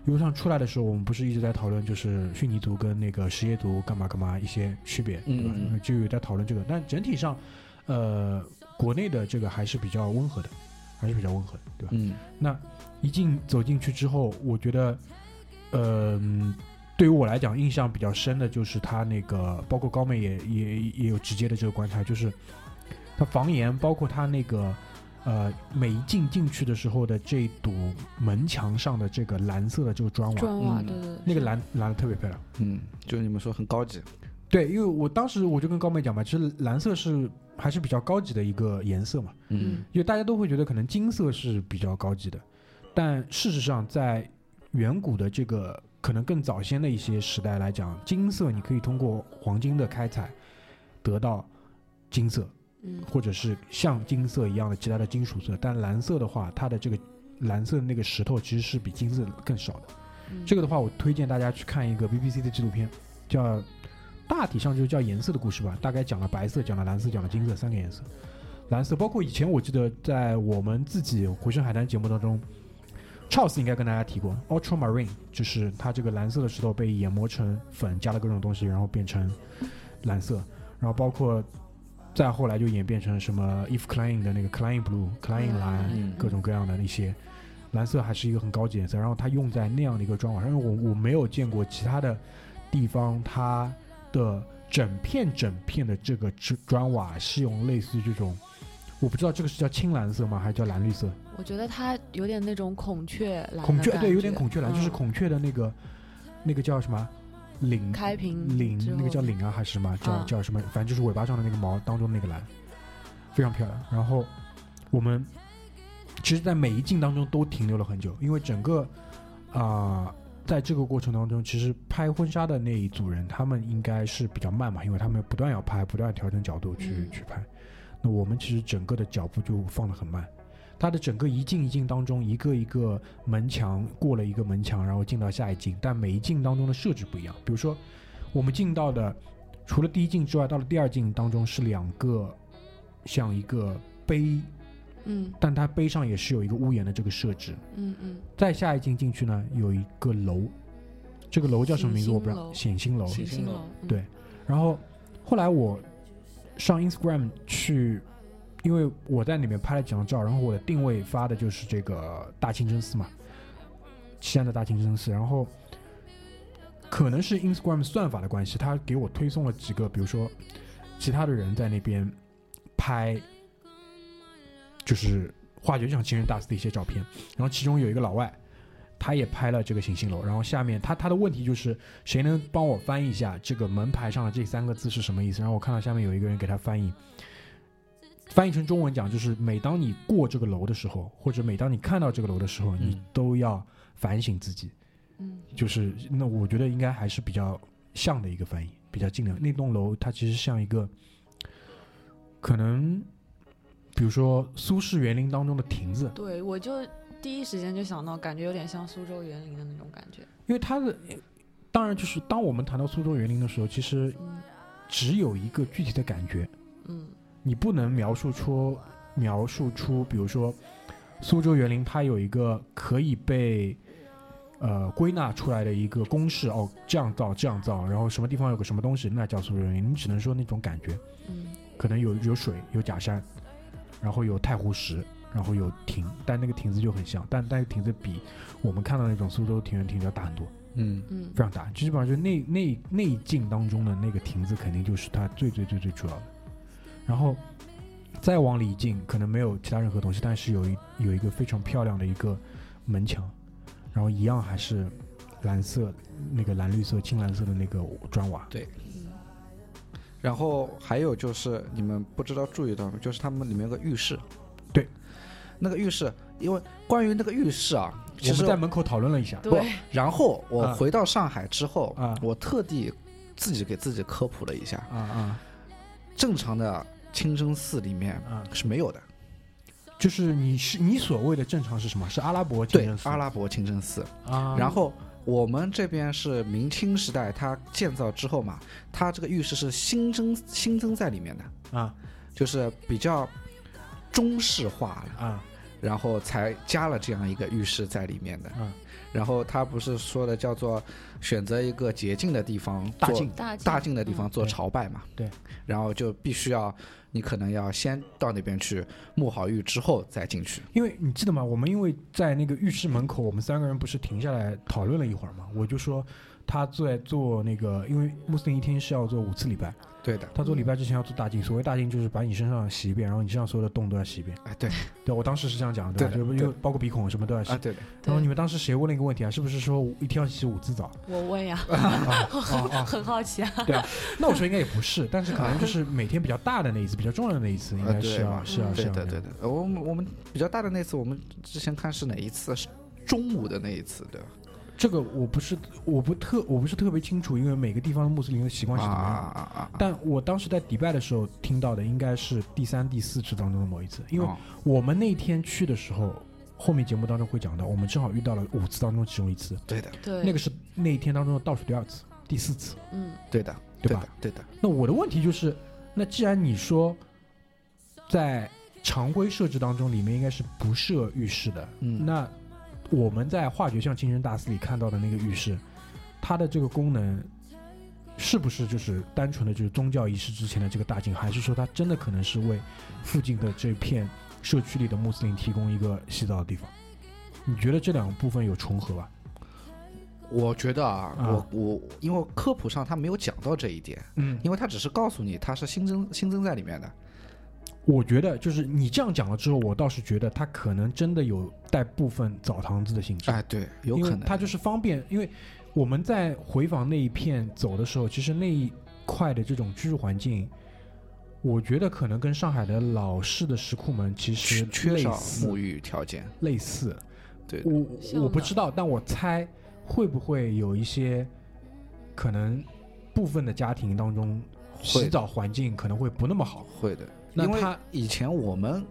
S3: 一路上出来的时候，我们不是一直在讨论就是逊尼族跟那个什叶族干嘛干嘛一些区别，对吧？
S5: 嗯嗯嗯
S3: 就有在讨论这个，但整体上，呃，国内的这个还是比较温和的，还是比较温和的，对吧？
S5: 嗯，
S3: 那一进走进去之后，我觉得，呃，嗯对于我来讲印象比较深的就是他那个，包括高妹也也也有直接的这个观察，就是他房檐，包括他那个。呃，每一进进去的时候的这堵门墙上的这个蓝色的这个砖瓦，
S4: 砖瓦，
S5: 嗯
S4: 对对对，
S3: 那个
S4: 是
S3: 蓝蓝的特别漂亮。
S5: 嗯，就是你们说很高级，
S3: 对，因为我当时我就跟高妹讲嘛，其实蓝色是还是比较高级的一个颜色嘛，
S5: 嗯，
S3: 因为大家都会觉得可能金色是比较高级的，但事实上在远古的这个可能更早先的一些时代来讲，金色你可以通过黄金的开采得到金色，
S4: 嗯
S3: 或者是像金色一样的其他的金属色，但蓝色的话，它的这个蓝色的那个石头其实是比金色更少的。
S4: 嗯
S3: 这个的话，我推荐大家去看一个 BBC 的纪录片，叫大体上就叫颜色的故事吧，大概讲了白色，讲了蓝色，讲了金色三个颜色。蓝色包括以前我记得在我们自己回声海滩节目当中，Charles 应该跟大家提过，Ultramarine 就是它这个蓝色的石头被研磨成粉，加了各种东西，然后变成蓝色，然后包括再后来就演变成什么 If Klein 的那个 Klein Blue、Klein 蓝，
S5: 嗯
S3: 各种各样的那些。蓝色还是一个很高级的颜色，然后它用在那样的一个砖瓦上，因为我我没有见过其他的地方，它的整片整片的这个砖砖瓦是用类似于这种，我不知道这个是叫青蓝色吗，还是叫蓝绿色？
S4: 我觉得它有点那种孔雀蓝的
S3: 孔雀
S4: 感
S3: 对，有点
S4: 觉
S3: 孔雀蓝，就是
S4: 嗯
S3: 孔雀的那个那个叫什么领
S4: 开屏
S3: 领
S4: 之
S3: 那个
S4: 后
S3: 叫领啊还是什么叫
S4: 啊
S3: 叫什么，反正就是尾巴上的那个毛当中那个蓝，非常漂亮。然后我们其实，在每一镜当中都停留了很久，因为整个啊、在这个过程当中，其实拍婚纱的那一组人，他们应该是比较慢嘛，因为他们不断要拍，不断调整角度去、
S4: 嗯
S3: 去拍。那我们其实整个的脚步就放得很慢，它的整个一镜一镜当中，一个一个门墙过了一个门墙，然后进到下一镜，但每一镜当中的设置不一样。比如说，我们进到的除了第一镜之外，到了第二镜当中是两个像一个碑，
S4: 嗯
S3: 但它碑上也是有一个屋檐的这个设置。
S4: 嗯嗯，
S3: 再下一进进去呢，有一个楼，这个楼叫什么名字我不知道，显星楼。
S4: 行
S5: 行
S4: 星
S5: 星
S4: 楼
S5: 楼，
S4: 嗯
S3: 哦对然后后来我上 Instagram 去，因为我在里面拍了几张照，然后我的定位发的就是这个大清真寺嘛，西安的大清真寺。然后可能是 Instagram 算法的关系，它给我推送了几个，比如说其他的人在那边拍，就是化学像情人大师的一些照片。然后其中有一个老外，他也拍了这个行星楼。然后下面他他的问题就是，谁能帮我翻译一下这个门牌上的这三个字是什么意思？然后我看到下面有一个人给他翻译，翻译成中文讲就是：每当你过这个楼的时候，或者每当你看到这个楼的时候，
S5: 嗯
S3: 你都要反省自己。
S4: 嗯
S3: 就是那我觉得应该还是比较像的一个翻译，比较近的。那栋楼它其实像一个，可能比如说苏式园林当中的亭子，
S4: 对我就第一时间就想到，感觉有点像苏州园林的那种感觉。
S3: 因为它的，当然就是当我们谈到苏州园林的时候，其实
S4: 嗯
S3: 只有一个具体的感觉，
S4: 嗯
S3: 你不能描述出描述出，比如说苏州园林，它有一个可以被呃归纳出来的一个公式，哦，这样造这样造，然后什么地方有个什么东西，那叫苏州园林，你只能说那种感觉，
S4: 嗯
S3: 可能有有水，有假山，然后有太湖石。然后有亭，但那个亭子就很像，但但那个亭子比我们看到那种苏州庭园亭子要大很多。
S5: 嗯，
S4: 嗯
S3: 非常大，基本上就那那那一镜当中的那个亭子，肯定就是它最最最最主要的。然后再往里进，可能没有其他任何东西，但是有一有一个非常漂亮的一个门墙，然后一样还是蓝色那个蓝绿色青蓝色的那个砖瓦，
S5: 然后还有就是你们不知道注意到没，就是他们里面有个浴室，
S3: 对，
S5: 那个浴室，因为关于那个浴室啊，其
S3: 我
S5: 实
S3: 们在门口讨论了一下，
S5: 不
S4: 对，
S5: 然后我
S3: 啊
S5: 回到上海之后，
S3: 啊
S5: 我特地自己给自己科普了一下，
S3: 啊啊
S5: 正常的清真寺里面
S3: 啊，
S5: 是没有的，
S3: 就是你是你所谓的正常是什么？是阿拉伯清
S5: 对
S3: 真，寺
S5: 阿拉伯清真寺。
S3: 啊，
S5: 然后我们这边是明清时代它建造之后嘛，它这个浴室是新增新增在里面的，
S3: 啊
S5: 就是比较中式化了。
S3: 啊
S5: 然后才加了这样一个浴室在里面的。
S3: 嗯
S5: 然后他不是说的叫做选择一个洁净的地方
S3: 大
S5: 做
S3: 镜
S4: 大大
S5: 大净的地方做
S3: 对
S5: 朝拜嘛？
S3: 对
S5: 然后就必须要你可能要先到那边去沐好浴之后再进去。
S3: 因为你记得吗？我们因为在那个浴室门口，我们三个人不是停下来讨论了一会儿吗？我就说他在做那个，因为穆斯林一天是要做五次礼拜，
S5: 对的，
S3: 他做礼拜之前要做大净。所谓大净就是把你身上洗一遍，然后你身上所有的洞都要洗一遍。
S5: 哎对
S3: 对，我当时是这样讲的，对吧？
S5: 对的
S3: 就是因为包括鼻孔什么都要洗。
S5: 啊对的，
S3: 然后你
S4: 们
S3: 们当时谁问了一个问题啊？是不是说一天要洗五次澡？
S4: 我问 呀，哦
S3: 啊啊啊！
S4: 很好奇啊。
S3: 那我说应该也不是，但是可能就是每天比较大的那一次，比较重要的那一次，应该是
S5: 啊
S3: 要是要
S5: 对
S3: 是要
S5: 的
S3: 那
S5: 对
S3: 样
S5: 的。呃我们我们比较大的那次，我们之前看是哪一次？是中午的那一次，对吧？
S3: 这个我不是我不特我不是特别清楚，因为每个地方的穆斯林的习惯是
S5: 啊
S3: 怎么样的。
S5: 啊啊啊！
S3: 但我当时在迪拜的时候听到的应该是第三、第四次当中的某一次，因为
S5: 哦
S3: 我们那天去的时候，后面节目当中会讲到，我们正好遇到了五次当中其中一次，
S5: 对的
S4: 对，
S3: 那个是那一天当中的倒数第二次、第四次。
S4: 嗯
S5: 对的
S3: 对
S5: 对
S3: 吧
S5: 的对的，
S3: 那我的问题就是，那既然你说在常规设置当中里面应该是不设浴室的，
S5: 嗯
S3: 那我们在化学像精神大师里看到的那个浴室，它的这个功能是不是就是单纯的就是宗教仪式之前的这个大镜，还是说它真的可能是为附近的这片社区里的穆斯林提供一个洗澡的地方？你觉得这两个部分有重合吧？
S5: 我觉得啊，
S3: 啊
S5: 我我因为科普上他没有讲到这一点，
S3: 嗯，
S5: 因为他只是告诉你它是新增新增在里面的，
S3: 我觉得就是你这样讲了之后，我倒是觉得它可能真的有带部分澡堂子的性质。
S5: 哎，对，有
S3: 因
S5: 可
S3: 为
S5: 能，
S3: 它就是方便，因为我们在回访那一片走的时候，其实那一块的这种居住环境，我觉得可能跟上海的老式的石库门其实
S5: 缺缺
S3: 类
S5: 少
S3: 似
S5: 沐浴条件，
S3: 类似。
S5: 对的
S3: 我
S4: 像
S3: 我不
S4: 的
S3: 知道，但我猜会不会有一些可能部分的家庭当中洗
S5: 的
S3: 澡环境可能会不那么好，
S5: 会的。
S3: 那
S5: 因为
S3: 他
S5: 以前我们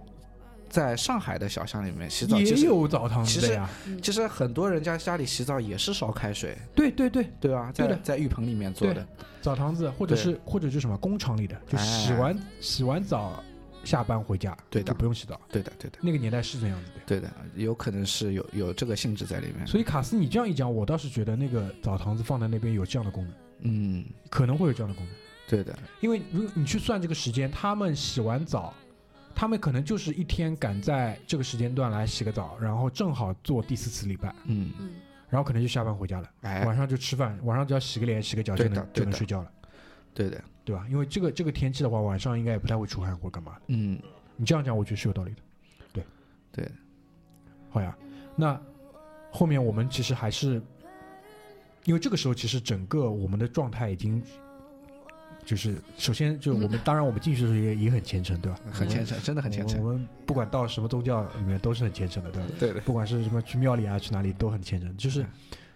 S5: 在上海的小巷里面洗澡，
S3: 也
S5: 其实
S3: 有澡堂
S5: 其
S3: 子
S5: 实
S3: 的呀。
S5: 其实很多人家家里洗澡也是烧开水，
S3: 对对对，
S5: 对吧？
S3: 对
S5: 在
S3: 的
S5: 在浴棚里面做
S3: 对
S5: 的，
S3: 澡堂子或者
S5: 对
S3: 是或者就是什么工厂里的，就洗
S5: 哎
S3: 完洗完澡下班回家，
S5: 对的
S3: 就不用洗澡。
S5: 对的，对的，
S3: 那个年代是这样子的。
S5: 对的，有可能是有有这个性质在里面。
S3: 所以卡斯，你这样一讲，我倒是觉得那个澡堂子放在那边有这样的功能，
S5: 嗯，
S3: 可能会有这样的功能。
S5: 对的，
S3: 因为如果你去算这个时间，他们洗完澡，他们可能就是一天赶在这个时间段来洗个澡，然后正好做第四次礼拜，
S5: 嗯，
S4: 嗯，
S3: 然后可能就下班回家了，
S5: 哎，
S3: 晚上就吃饭，晚上只要洗个脸、洗个脚就
S5: 对的
S3: 能
S5: 对
S3: 就
S5: 的
S3: 能睡觉了，
S5: 对的，
S3: 对吧？因为这个这个天气的话，晚上应该也不太会出汗或者干嘛的。
S5: 嗯，
S3: 你这样讲，我觉得是有道理的。对，
S5: 对，
S3: 好呀。那后面我们其实还是，因为这个时候其实整个我们的状态已经，就是首先就是我们，当然我们进去的时候也也很虔诚，对吧？
S5: 很虔诚，真
S3: 我
S5: 的
S3: 们，
S5: 很虔诚。
S3: 我们不管到什么宗教里面都是很虔诚的，对吧？
S5: 对的，
S3: 不管是什么去庙里啊，去哪里都很虔诚。就是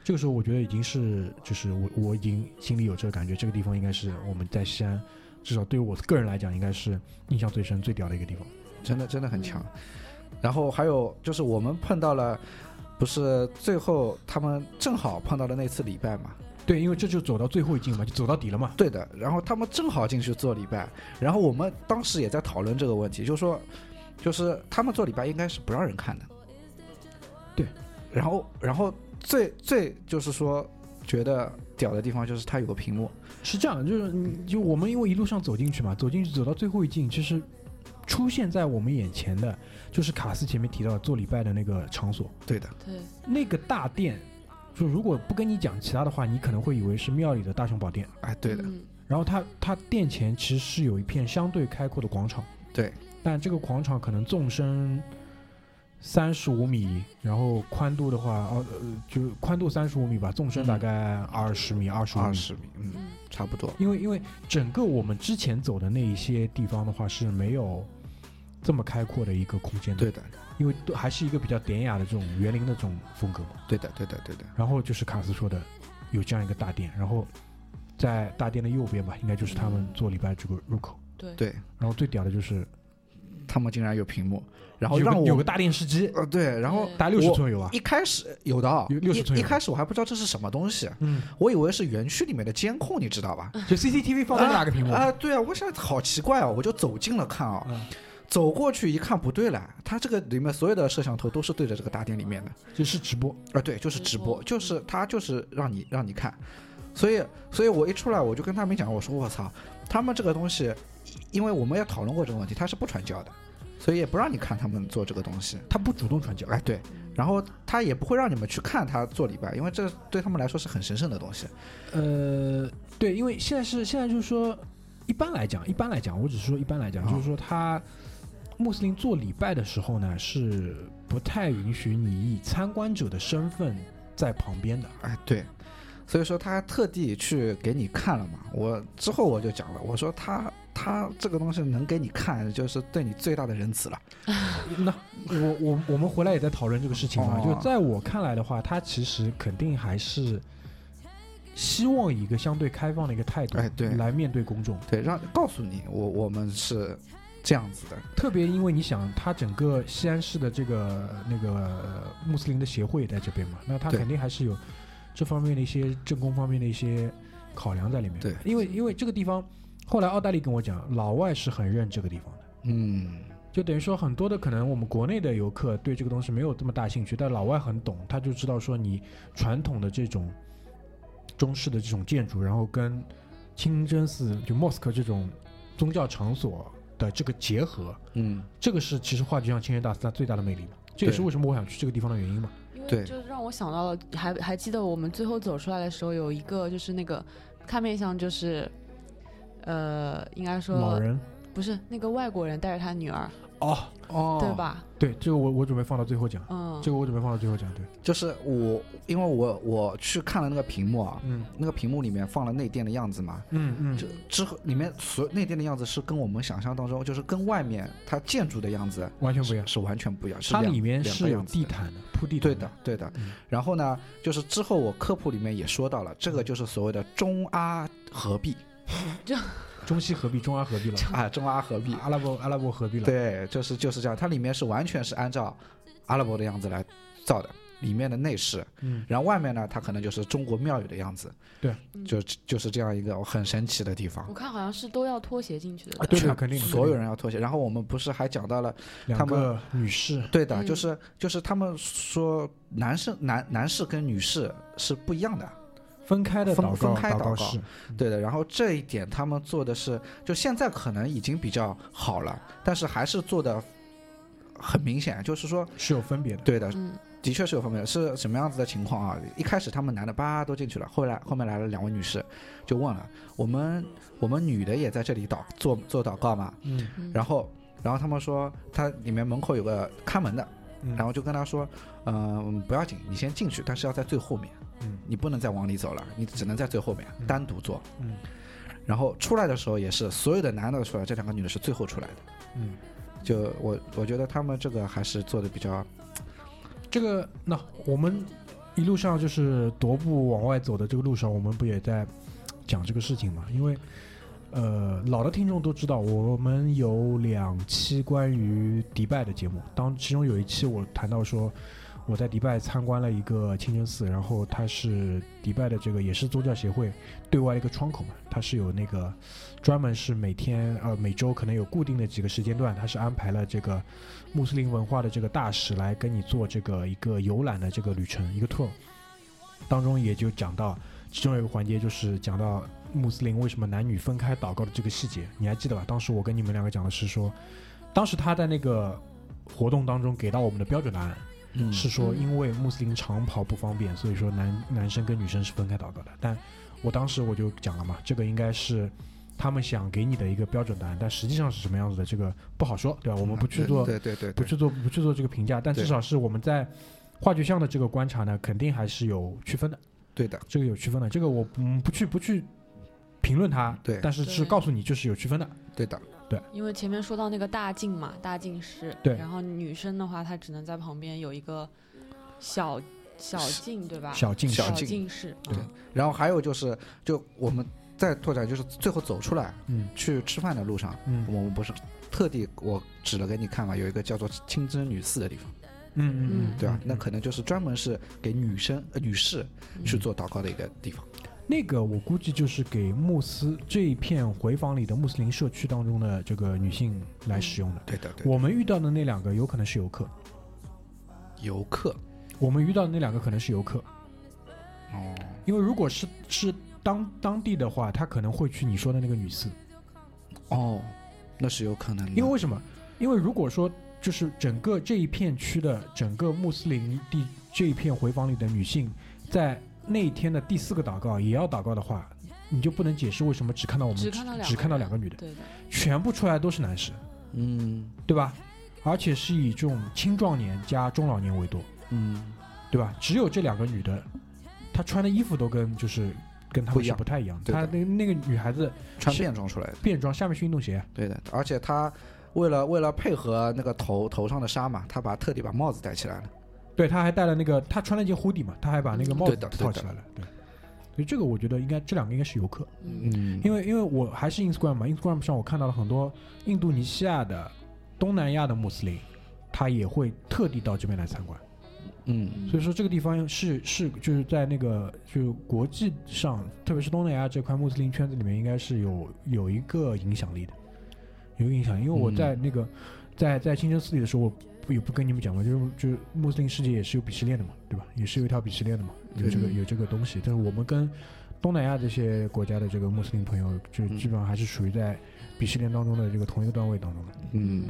S3: 这个时候，我觉得已经是，就是我我已经心里有这个感觉，这个地方应该是我们在西安，至少对我个人来讲，应该是印象最深、最屌的一个地方。
S5: 真的真的很强。然后还有就是我们碰到了，不是最后他们正好碰到了那次礼拜嘛？
S3: 对，因为这就走到最后一境嘛，就走到底了嘛。
S5: 对的，然后他们正好进去做礼拜，然后我们当时也在讨论这个问题，就是说，就是他们做礼拜应该是不让人看的，
S3: 对，
S5: 然后然后最最就是说觉得屌的地方就是它有个屏幕，
S3: 是这样，就是你就我们因为一路上走进去嘛，走进去走到最后一境，其实出现在我们眼前的就是卡斯前面提到的做礼拜的那个场所，
S5: 对的，
S4: 对，
S3: 那个大殿。就如果不跟你讲其他的话，你可能会以为是庙里的大雄宝殿。
S5: 哎，对的，
S4: 嗯
S3: 然后它它殿前其实是有一片相对开阔的广场，
S5: 对，
S3: 但这个广场可能纵深三十五米，然后宽度的话，哦呃，就宽度三十五米吧，纵深大概二十米、二十五
S5: 嗯二
S3: 米。
S5: 十米，嗯，
S4: 嗯
S5: 差不多，
S3: 因为因为整个我们之前走的那一些地方的话是没有这么开阔的一个空间的，
S5: 对的，
S3: 因为都还是一个比较典雅的这种园林的这种风格嘛。
S5: 对的，对的，对的，
S3: 然后就是卡斯说的，有这样一个大殿，然后在大殿的右边吧，应该就是他们做礼拜这个入口。
S4: 对
S5: 对
S3: 然后最屌的就是，
S5: 他们竟然有屏幕，然后
S3: 有个
S5: 让我
S3: 有个大电视机，
S5: 呃，对，然后
S4: 对
S3: 大六十寸有啊，
S5: 一开始有的啊，
S3: 有60寸
S5: 一一
S3: 有
S5: 开始我还不知道这是什么东西，
S3: 嗯，
S5: 我以为是园区里面的监控，你知道吧？
S3: 就 CCTV 放在那个屏幕，
S5: 啊，对啊，我想好奇怪哦，我就走近了看啊、
S3: 嗯
S5: 走过去一看不对了，它这个里面所有的摄像头都是对着这个大殿里面的
S3: 就是直播，
S5: 啊，对，就是直播，
S4: 直播
S5: 就是它就是让你让你看，所以所以我一出来我就跟他们讲，我说我操，他们这个东西，因为我们也讨论过这个问题，它是不传教的，所以也不让你看他们做这个东西。
S3: 它不主动传教，
S5: 哎，对，然后他也不会让你们去看他做礼拜，因为这对他们来说是很神圣的东西。
S3: 呃，对，因为现在是现在就是说，一般来讲，一般来讲，我只是说一般来讲，
S5: 啊
S3: 就是说他穆斯林做礼拜的时候呢，是不太允许你以参观者的身份在旁边的，
S5: 哎，对，所以说他还特地去给你看了嘛。我之后我就讲了，我说他他这个东西能给你看，就是对你最大的仁慈了。
S3: 那我我我们回来也在讨论这个事情嘛，
S5: 哦
S3: 就在我看来的话，他其实肯定还是希望以一个相对开放的一个态度，
S5: 哎对
S3: 来面对公众。
S5: 对，让告诉你，我我们是这样子的。
S3: 特别因为你想，他整个西安市的这个那个呃穆斯林的协会也在这边嘛，那他
S5: 对
S3: 肯定还是有这方面的一些政工方面的一些考量在里面。
S5: 对，
S3: 因为因为这个地方，后来奥黛丽跟我讲，老外是很认这个地方的。
S5: 嗯，
S3: 就等于说，很多的可能我们国内的游客对这个东西没有这么大兴趣，但老外很懂，他就知道说你传统的这种中式的这种建筑，然后跟清真寺就 mosque 这种宗教场所的这个结合，
S5: 嗯，
S3: 这个是其实话剧像《清月大师》它最大的魅力嘛，这也是
S5: 对
S3: 为什么我想去这个地方的原因嘛。
S4: 因
S5: 对
S4: 为就是让我想到了，还还记得我们最后走出来的时候，有一个就是那个看面相，就是呃，应该说
S3: 老人
S4: 不是那个外国人带着他女儿，
S3: 哦，
S5: 哦，
S4: 对？吧？
S3: 对，这个我我准备放到最后讲，
S4: 嗯，
S3: 这个我准备放到最后讲。对，
S5: 就是我，因为我我去看了那个屏幕啊，
S3: 嗯
S5: 那个屏幕里面放了内电的样子嘛，
S3: 嗯嗯，
S5: 就之后里面所内电的样子是跟我们想象当中，就是跟外面它建筑的样子
S3: 完全不一
S5: 是
S3: 样。
S5: 是完全不一样，是
S3: 它
S5: 两
S3: 里面
S5: 两个
S3: 是有
S5: 样子的
S3: 地毯的，铺地毯。
S5: 对的，，对的
S3: 嗯。
S5: 然后呢，就是之后我科普里面也说到了，这个就是所谓的中阿合璧
S3: 中西合璧，中阿合璧了，
S5: 啊，中阿合璧。
S3: 阿拉伯阿拉伯合璧了。，
S5: 对，就是就是这样，它里面是完全是按照阿拉伯的样子来造的，里面的内饰，
S3: 嗯，
S5: 然后外面呢，它可能就是中国庙宇的样子。
S3: 对，
S5: 就就是这样一个很神奇的地方
S4: 我。看好像是都要拖鞋进去的
S5: 啊，
S3: 对的
S5: 全
S3: 肯定的
S5: 所
S3: 肯定
S5: 有
S3: 的
S5: 人要脱鞋。然后我们不是还讲到了，
S3: 两
S5: 他
S3: 个女士，
S5: 对的，
S4: 嗯
S5: 就是就是他们说男生男男士跟女士是不一样的，
S3: 分开的
S5: 分
S3: 祷告
S5: 分开
S3: 祷
S5: 祷告
S3: 室，
S5: 对的，然后这一点他们做的是，就现在可能已经比较好了，但是还是做的很明显，就是说，
S3: 是有分别的。
S5: 对的，
S4: 嗯，
S5: 的确是有方面是什么样子的情况啊？一开始他们男的叭都进去了，后来后面来了两位女士，就问了我们我们女的也在这里祷做做祷告嘛，
S3: 嗯
S4: 嗯
S5: 然后然后他们说他里面门口有个看门的，
S3: 嗯，
S5: 然后就跟他说，嗯、不要紧，你先进去，但是要在最后面，
S3: 嗯
S5: 你不能再往里走了，你只能在最后面
S3: 嗯
S5: 单独坐。
S3: 嗯
S5: 然后出来的时候也是，所有的男的出来，这两个女的是最后出来的。
S3: 嗯，
S5: 就我我觉得他们这个还是做的比较，
S3: 这个那我们一路上就是踱步往外走的这个路上，我们不也在讲这个事情嘛？因为呃，老的听众都知道，我们有两期关于迪拜的节目，当其中有一期我谈到说。我在迪拜参观了一个清真寺，然后它是迪拜的这个也是宗教协会对外的一个窗口嘛，它是有那个专门是每天呃每周可能有固定的几个时间段，它是安排了这个穆斯林文化的这个大使来跟你做这个一个游览的这个旅程一个 tour，当中也就讲到其中有一个环节就是讲到穆斯林为什么男女分开祷告的这个细节，你还记得吧？当时我跟你们两个讲的是说，当时他在那个活动当中给到我们的标准答案
S5: 嗯
S3: 是说，
S4: 嗯
S3: 因为穆斯林长跑不方便，所以说男男生跟女生是分开祷告的。但我当时我就讲了嘛，这个应该是。他们想给你的一个标准答案，但实际上是什么样子的，这个不好说，对吧？我们不去做
S5: 对对对
S3: 不去做不去做这个评价，但
S5: 对
S3: 至少是我们在话剧项的这个观察呢，肯定还是有区分的，
S5: 对的，
S3: 这个有区分的，这个我嗯不去不去评论它，
S5: 对
S3: 但是是
S4: 对
S3: 告诉你就是有区分的，
S5: 对的，
S4: 因为前面说到那个大镜嘛，大镜师，
S3: 对
S4: 然后女生的话，她只能在旁边有一个小小镜，对吧？
S3: 小进
S5: 小
S3: 小
S4: 小
S5: 镜
S4: 镜室，
S5: 对
S4: 嗯
S5: 然后还有就是，就我们再拓展，就是最后走出来
S3: 嗯
S5: 去吃饭的路上，
S3: 嗯
S5: 我们不是特地我指了给你看嘛，有一个叫做清真女寺的地方，
S3: 嗯嗯嗯，嗯
S4: 嗯
S5: 对吧？啊那可能就是专门是给女生、呃、女士去做祷告的一个地方。
S3: 那个我估计就是给穆斯这一片回访里的穆斯林社区当中的这个女性
S4: 嗯
S3: 来使用的。
S5: 对的，对的。
S3: 我们遇到的那两个有可能是游客，
S5: 游客
S3: 我们遇到的那两个可能是游客，
S5: 哦，
S3: 因为如果是是当当地的话，他可能会去你说的那个女寺。
S5: 哦，那是有可能的，
S3: 因为为什么？因为如果说就是整个这一片区的整个穆斯林地这一片回访里的女性，在那一天的第四个祷告也要祷告的话，你就不能解释为什么只看到我们
S4: 只看到两个
S3: 只看到两个女的，
S4: 对的，
S3: 全部出来都是男士，
S5: 嗯
S3: 对吧？而且是以这种青壮年加中老年为多，
S5: 嗯，
S3: 对吧？只有这两个女的，她穿的衣服都跟就是跟她
S5: 不
S3: 们
S5: 一
S3: 是
S5: 样
S3: 不太一样。
S5: 对
S3: 她
S5: 的
S3: 那那个女孩子
S5: 穿
S3: 是
S5: 便装出来的，
S3: 便装，下面是运动鞋，
S5: 对的。而且他为了为了配合那个头头上的纱嘛，他把特地把帽子戴起来了。
S3: 对，他还戴了那个，他穿了一件 hoodie 嘛，他还把那个帽子
S5: 对的对的
S3: 套起来了。对，所以这个我觉得应该这两个应该是游客，
S4: 嗯，
S5: 嗯
S3: 因为因为我还是 Instagram 嘛，Instagram 上我看到了很多印度尼西亚的、东南亚的穆斯林，他也会特地到这边来参观。
S5: 嗯
S3: 所以说这个地方是是就是在那个就是国际上，特别是东南亚这块穆斯林圈子里面，应该是有有一个影响力的，有一个影响力。因为我在那个、在在清真寺里的时候，我不也不跟你们讲嘛，就是就是穆斯林世界也是有鄙视链的嘛，对吧？也是有一条鄙视链的嘛，有这个有这个东西。但是我们跟东南亚这些国家的这个穆斯林朋友，就基本上还是属于在鄙视链当中的这个同一个段位当中的。
S5: 嗯，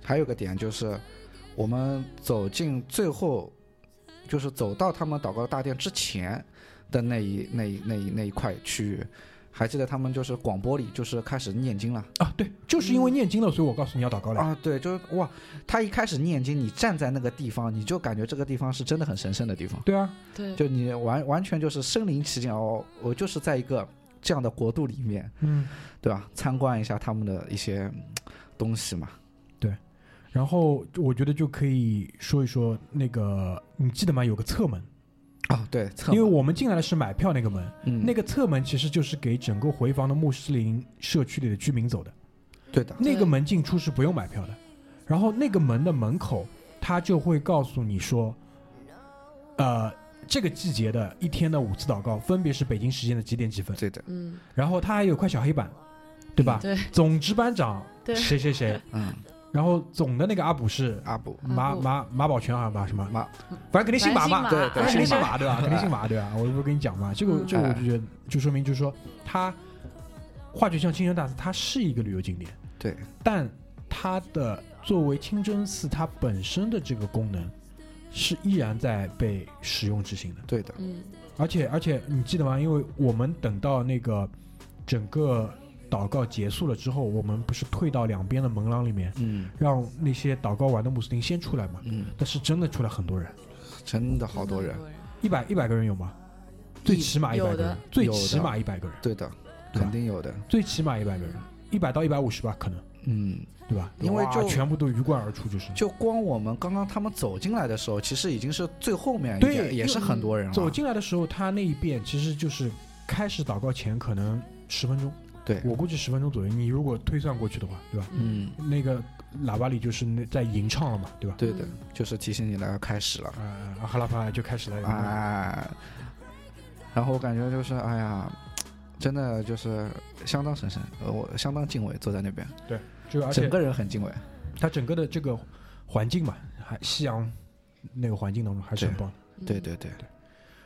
S5: 还有个点就是，我们走进最后，就是走到他们祷告大殿之前的那一那一那一那一块区域，还记得他们就是广播里就是开始念经了
S3: 啊，对，就是因为念经了，所以我告诉你要祷告了。
S5: 啊，对，就是哇，他一开始念经，你站在那个地方，你就感觉这个地方是真的很神圣的地方，
S3: 对啊，
S4: 对，
S5: 就你完完全就是身临其境哦，我就是在一个这样的国度里面，
S3: 嗯，
S5: 对吧？参观一下他们的一些嗯东西嘛。
S3: 然后我觉得就可以说一说那个，你记得吗？有个侧门，
S5: 啊，对，侧
S3: 因为
S5: 门
S3: 我们进来的是买票那个门，
S5: 嗯，
S3: 那个侧门其实就是给整个回防的穆斯林社区里的居民走的，
S5: 对的，
S3: 那个门进出是不用买票的。然后那个门的门口，他就会告诉你说，呃，这个季节的一天的五次祷告分别是北京时间的几点几分。
S5: 对嗯的，
S4: 嗯，
S3: 然后他还有块小黑板，对吧？
S4: 对
S3: 总值班长
S4: 对
S3: 谁谁 谁，
S5: 嗯，
S3: 然后总的那个阿卜是
S5: 阿布
S3: 马
S4: 阿布
S3: 马马宝全还是马什么？
S5: 马
S3: 反正肯定姓马嘛，
S4: 反正
S5: 对
S3: 肯定
S5: 对
S3: 姓
S5: 姓
S3: 马对吧？肯定姓马对吧？我不是跟你讲嘛，这个
S4: 嗯
S3: 这个我就觉得就说明就是说他话剧像清真大寺，它是一个旅游景点，
S5: 对，
S3: 但它的作为清真寺它本身的这个功能是依然在被使用执行的。
S5: 对的，
S4: 嗯，
S3: 而且而且你记得吗？因为我们等到那个整个祷告结束了之后，我们不是退到两边的门廊里面，
S5: 嗯
S3: 让那些祷告完的穆斯林先出来嘛？
S5: 嗯，
S3: 但是真的出来很多人，
S5: 真的好多人，
S3: 一百一百个人有吗？最起码一百
S4: 有
S3: 个
S4: 的
S3: 人，最
S5: 有的
S3: 起码一百个人，
S5: 对的，
S3: 对吧
S5: 肯定有的，
S3: 最起码一百个人，一百到一百五十吧，可能
S5: 嗯，
S3: 对吧？
S5: 因为
S3: 哇
S5: 就
S3: 全部都鱼贯而出，就是
S5: 就光我们刚刚他们走进来的时候，其实已经是最后面一
S3: 对
S5: 点，也是很多人了，
S3: 走进来的时候，他那一遍其实就是开始祷告前可能十分钟，
S5: 对，
S3: 我估计十分钟左右，你如果推算过去的话，对吧？
S5: 嗯，
S3: 那个喇叭里就是那在吟唱了嘛，对吧？
S5: 对的
S4: 嗯，
S5: 就是提醒你来要开始了，
S3: 啊、阿哈拉帕就开始了。
S5: 啊，然后我感觉就是哎呀。真的就是相当神圣，呃，我相当敬畏，坐在那边，
S3: 就而
S5: 整
S3: 且
S5: 个人很敬畏。
S3: 它整个的这个环境嘛，还西洋那个环境当中还是很棒。
S4: 嗯
S5: 对对对，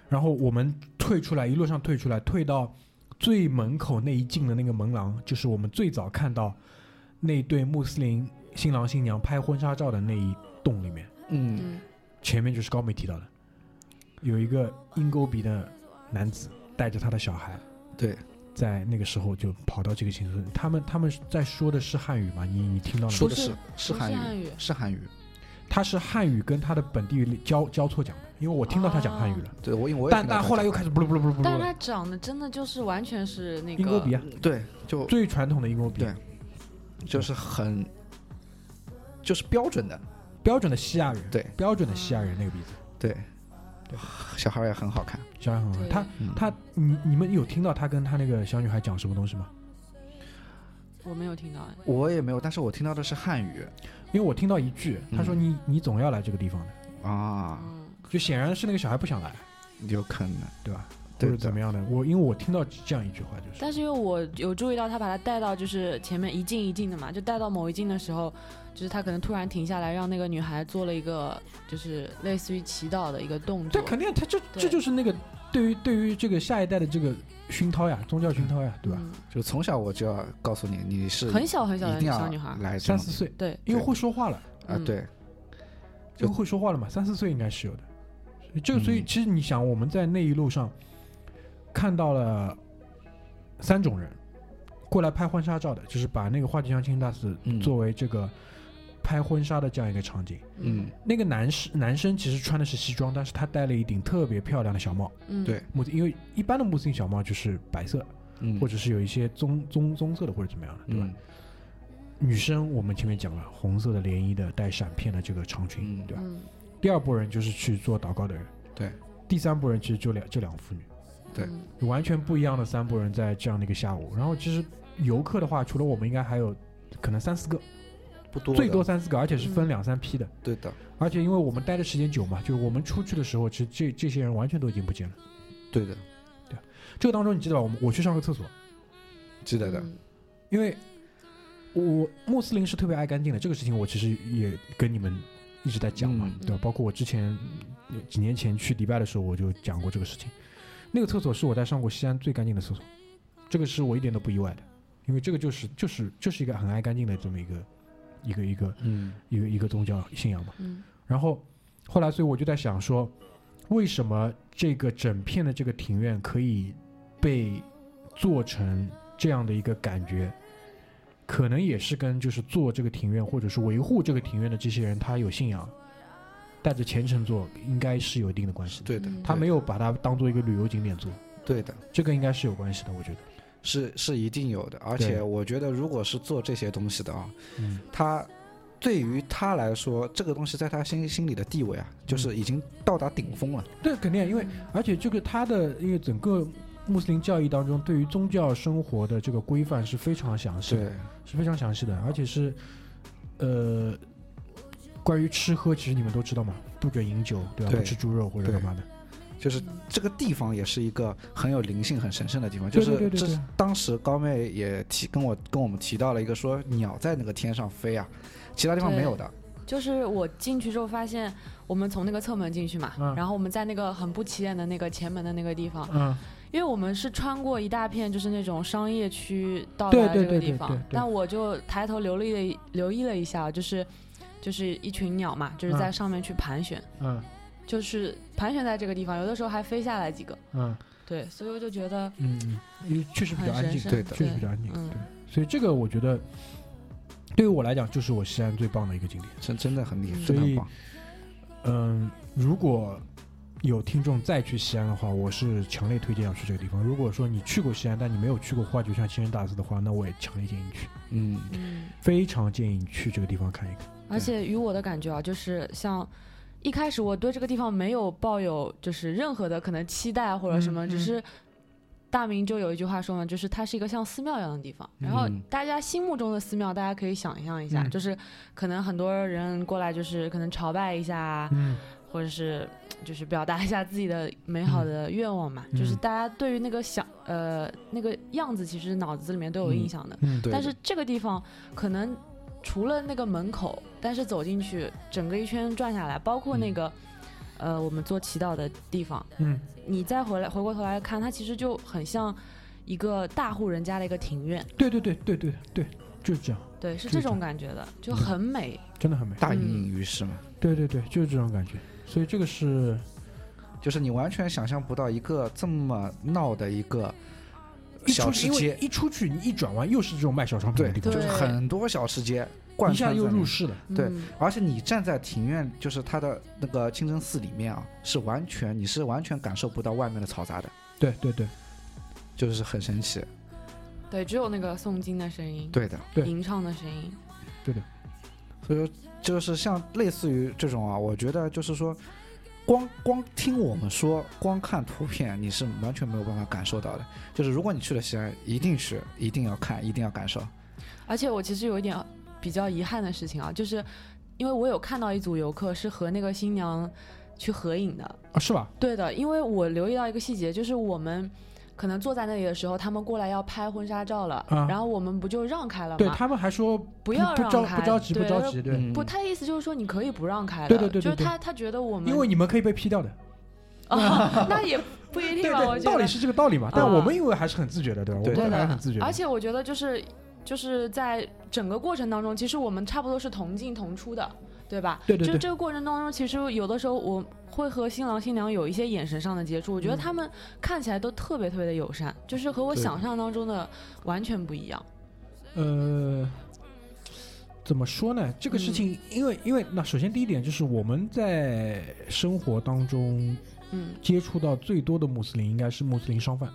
S3: 然后我们退出来，一路上退出来，退到最门口那一进的那个门廊，就是我们最早看到那对穆斯林新郎新娘拍婚纱照的那一栋里面，
S5: 嗯，
S4: 嗯，
S3: 前面就是高妹提到的，有一个鹰钩鼻的男子带着他的小孩，
S5: 对，
S3: 在那个时候就跑到这个寝室，他们他们在说的是汉语吗？你你听到了吗？
S5: 说的
S4: 不是
S5: 是是
S4: 不是
S5: 汉
S4: 汉
S5: 语
S4: 语，
S5: 是汉语。
S3: 他是汉语跟他的本地语交交错讲的，因为我听到他讲汉语了，
S5: 对我啊因为我也
S3: 但
S5: 听到
S3: 但
S5: 他
S3: 后来
S5: 讲
S3: 又开始不噜不噜不噜不噜，
S4: 但他长得真的就是完全是那个
S3: 鹰钩鼻啊，
S5: 对，就
S3: 最传统的鹰钩鼻，
S5: 对就是很就是标准的，
S3: 标准的西亚人，
S5: 对嗯
S3: 标准的西亚人那个鼻子，
S5: 对，小孩也很好看。
S3: 小孩很好看。
S4: 对
S3: 他
S5: 嗯
S3: 他你你们有听到他跟他那个小女孩讲什么东西吗？
S4: 我没有听到
S3: 嗯
S4: 哎，
S5: 我也没有，但是我听到的是汉语
S3: 因为我听到一句，他说
S5: 嗯
S3: 你、你总要来这个地方的，
S5: 啊，
S4: 嗯，
S3: 就显然是那个小孩不想来，
S5: 有可能
S3: 对吧？或
S5: 对
S3: 者怎么
S5: 的，
S3: 样的？我因为我听到这样一句话就是。
S4: 但是因为我有注意到他把他带到就是前面一进一进的嘛，就带到某一进的时候，就是他可能突然停下来，让那个女孩做了一个就是类似于祈祷的一个动
S3: 对，
S4: 作，
S3: 肯定，他这
S4: 对
S3: 这就是那个对于对于这个下一代的这个熏陶呀，宗教熏陶呀，对吧？
S4: 嗯？
S5: 就从小我就要告诉你，你是
S4: 很小很小
S5: 一
S4: 的
S5: 定要
S4: 小女孩，
S5: 来这
S3: 三
S5: 样
S3: 四岁，
S4: 对，
S3: 因为
S5: 对
S3: 会说话了，
S5: 啊，
S4: 嗯
S5: 对
S3: 因
S5: 就
S3: 为会说话了嘛，三四岁应该是有的。这个，所以
S5: 嗯
S3: 其实你想，我们在那一路上看到了三种人过来拍婚纱照的，就是把那个话剧相亲大使
S5: 嗯
S3: 作为这个拍婚纱的这样一个场景。
S5: 嗯，
S3: 那个男士男生其实穿的是西装，但是他戴了一顶特别漂亮的小帽，
S4: 嗯，
S5: 对
S3: 穆斯因为一般的穆斯林小帽就是白色，
S5: 嗯，
S3: 或者是有一些棕棕棕色的或者怎么样的，对吧？
S5: 嗯
S3: 女生我们前面讲了，红色的连衣的带闪片的这个长裙，
S5: 嗯
S3: 对吧？
S4: 嗯
S3: 第二波人就是去做祷告的人，
S5: 对。
S3: 第三波人其实就两就两个妇女，
S5: 对
S4: 嗯
S3: 完全不一样的三波人在这样的一个下午。然后其实游客的话，除了我们，应该还有可能三四个，
S5: 嗯不多的嗯
S3: 最多三四个，而且是分两三批的。
S5: 对的
S3: 而且因为我们待的时间久嘛，就是我们出去的时候，其实这这些人完全都已经不见了。
S5: 对的，
S3: 这个当中你记得吧？我们我去上个厕所，
S5: 记得的，
S4: 嗯
S3: 因为我穆斯林是特别爱干净的，这个事情我其实也跟你们一直在讲嘛，
S5: 嗯
S3: 对吧？包括我之前呃几年前去迪拜的时候，我就讲过这个事情。那个厕所是我在上过西安最干净的厕所，这个是我一点都不意外的，因为这个就是就是就是一个很爱干净的这么一个一个一个
S5: 嗯
S3: 一个一个宗教信仰嘛。
S4: 嗯
S3: 然后后来，所以我就在想说，为什么这个整片的这个庭院可以被做成这样的一个感觉，可能也是跟就是做这个庭院或者是维护这个庭院的这些人，他有信仰，带着虔诚做，应该是有一定的关系的。
S5: 对的
S4: 嗯，
S3: 他没有把它当做一个旅游景点做，
S5: 对的，
S3: 这个应该是有关系的，我觉得。
S5: 是是一定有的。而
S3: 对
S5: 且我觉得，如果是做这些东西的啊，
S3: 嗯，
S5: 他对于他来说，这个东西在他心心里的地位啊，
S3: 嗯
S5: 就是已经到达顶峰了。
S3: 对，肯定，因为而且这个他的，因为整个穆斯林教义当中，对于宗教生活的这个规范是非常详细的，
S5: 对，
S3: 是非常详细的，而且是，呃，关于吃喝，其实你们都知道嘛，不准饮酒，对吧？
S5: 对
S3: 不吃猪肉或者
S5: 对
S3: 干嘛的，
S5: 就是这个地方也是一个很有灵性、很神圣的地方。就
S3: 对对
S5: 是
S3: 对对
S5: 这
S3: 对
S5: 当时高妹也提跟我跟我们提到了一个说鸟在那个天上飞啊，其他地方没有的。
S4: 就是我进去之后发现，我们从那个侧门进去嘛，
S3: 嗯
S4: 然后我们在那个很不起眼的那个前门的那个地方，
S3: 嗯，
S4: 因为我们是穿过一大片就是那种商业区到
S3: 对
S4: 达
S3: 对
S4: 这个
S3: 对
S4: 地
S3: 对
S4: 方，
S3: 对对
S4: 但我就抬头留意了留意了一下，就是就是一群鸟嘛，就是在
S3: 嗯
S4: 上面去盘旋，
S3: 嗯
S4: 就是盘旋在这个地方，有的时候还飞下来几个，
S3: 嗯
S4: 对，所以我就觉得，
S3: 嗯，因为确实比较安
S4: 很神
S3: 静，
S4: 圣
S5: 对的
S3: 确实比较安静，
S4: 嗯
S3: 对，所以这个我觉得，对于我来讲，就是我西安最棒的一个景点。
S5: 真真的很厉害，
S4: 嗯
S5: 真的很
S3: 所以
S5: 棒。
S3: 嗯，如果有听众再去西安的话，我是强烈推荐要去这个地方。如果说你去过西安，但你没有去过花卷巷清真大寺的话，那我也强烈建议你去，
S5: 嗯，
S4: 嗯，
S3: 非常建议你去这个地方看一看。
S4: 而且与我的感觉啊，就是像一开始我对这个地方没有抱有就是任何的可能期待或者什么，
S3: 嗯嗯
S4: 只是大明就有一句话说嘛，就是它是一个像寺庙一样的地方。然后
S5: 嗯
S4: 大家心目中的寺庙，大家可以想象一下，
S3: 嗯
S4: 就是可能很多人过来就是可能朝拜一下啊，
S3: 嗯，
S4: 或者是就是表达一下自己的美好的愿望嘛。
S3: 嗯
S4: 就是大家对于那个想呃那个样子，其实脑子里面都有印象的。
S3: 嗯，
S5: 对的。
S4: 但是这个地方可能除了那个门口，但是走进去整个一圈转下来，包括
S5: 嗯
S4: 那个、呃我们做祈祷的地方，
S3: 嗯，
S4: 你再回来回过头来看，它其实就很像一个大户人家的一个庭院，
S3: 对对对对对对，就是这样，
S4: 对，是
S3: 是
S4: 这
S3: 的
S4: 种感觉的，
S5: 嗯
S4: 就很美。
S3: 真的很美。
S5: 大隐隐于市嘛，
S4: 嗯
S3: 对对对，就是这种感觉。所以这个是，
S5: 就是你完全想象不到一个这么闹的一个
S3: 一
S5: 小
S3: 出
S5: 吃
S3: 去，因为
S5: 街，
S3: 一出去你一转弯又是这种卖小商品
S5: 对
S3: 的，地
S5: 就
S3: 方，
S5: 是
S4: 对
S5: 很多小吃街贯
S3: 一下
S5: 穿
S3: 又
S5: 在里
S3: 入
S5: 面
S3: 市了。
S5: 对
S4: 嗯
S5: 而且你站在庭院，就是它的那个清真寺里面啊，是完全你是完全感受不到外面的嘈杂的，
S3: 对对对
S5: 就是很神奇。
S4: 对，只有那个诵经的声音，
S5: 对的，
S3: 对
S4: 吟唱的声音，
S3: 对的，
S5: 所以说就是像类似于这种啊，我觉得就是说，光光听我们说，光看图片，你是完全没有办法感受到的。就是如果你去了西安，一定去，一定要看，一定要感受。
S4: 而且我其实有一点比较遗憾的事情啊，就是因为我有看到一组游客是和那个新娘去合影的，
S3: 啊，是吧？
S4: 对的，因为我留意到一个细节，就是我们可能坐在那里的时候，他们过来要拍婚纱照了，
S3: 啊
S4: 然后我们不就让开了
S3: 对
S4: 吗？
S3: 他们还说
S4: 不要
S3: 不
S4: 让
S3: 着
S4: 开
S3: 不着急不
S4: 对
S3: 着
S4: 要
S3: 急，对，
S5: 嗯
S4: 不，他的意思就是说你可以不让开的，
S3: 对对对对
S4: 就是
S3: 对
S4: 他他觉得我们，
S3: 因为你们可以被 P 掉的。
S4: 啊，那也不一定
S3: 对
S4: 吧，我
S3: 对，
S4: 觉
S3: 道理
S4: 得，
S3: 是这个道理嘛，但
S4: 啊
S3: 我们因为还是很自觉的，对吧？我
S5: 对
S3: 们
S4: 对
S3: 还是
S4: 的
S3: 很自觉，的。
S4: 而且我觉得就是就是在整个过程当中，其实我们差不多是同进同出的，对吧？
S3: 对对
S4: 就
S3: 对
S4: 这个过程当中，其实有的时候我会和新郎新娘有一些眼神上的接触，我觉
S3: 嗯
S4: 得他们看起来都特别特别的友善，就是和我
S5: 对
S4: 想象当中的完全不一样。
S3: 呃，怎么说呢？这个事
S4: 嗯
S3: 情，因为因为那首先第一点就是我们在生活当中
S4: 嗯
S3: 接触到最多的穆斯林应该是穆斯林商贩，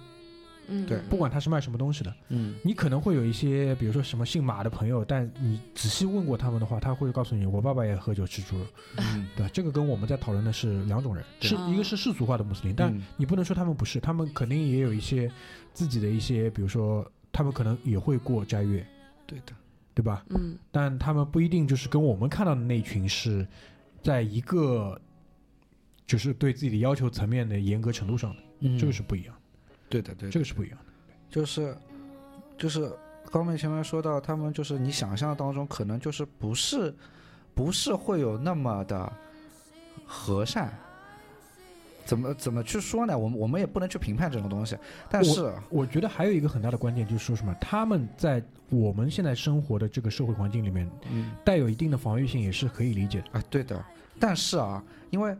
S4: 嗯，
S5: 对
S4: 嗯
S3: 不管他是卖什么东西的，
S5: 嗯，
S3: 你可能会有一些，比如说什么姓马的朋友，但你仔细问过他们的话，他会告诉你，我爸爸也喝酒吃猪肉，
S5: 嗯，
S3: 对吧？这个跟我们在讨论的是两种人，
S5: 对
S3: 是
S4: 啊
S3: 一个是世俗化的穆斯林，但
S5: 嗯
S3: 你不能说他们不是，他们肯定也有一些自己的一些，比如说他们可能也会过斋月，
S5: 对的，
S3: 对吧？
S4: 嗯
S3: 但他们不一定就是跟我们看到的那群是在一个就是对自己的要求层面的严格程度上的，
S5: 嗯
S3: 这个是不一样的，
S5: 对的，对的
S3: 这个是不一样的。
S5: 就是就是刚才前面说到，他们就是你想象当中可能就是不是不是会有那么的和善。怎么怎么去说呢？我们我们也不能去评判这种东西，但是
S3: 我觉得还有一个很大的关键就是说什么，他们在我们现在生活的这个社会环境里面，
S5: 嗯哎
S3: 带有一定的防御性也是可以理解的。
S5: 啊，对的，但是啊，因为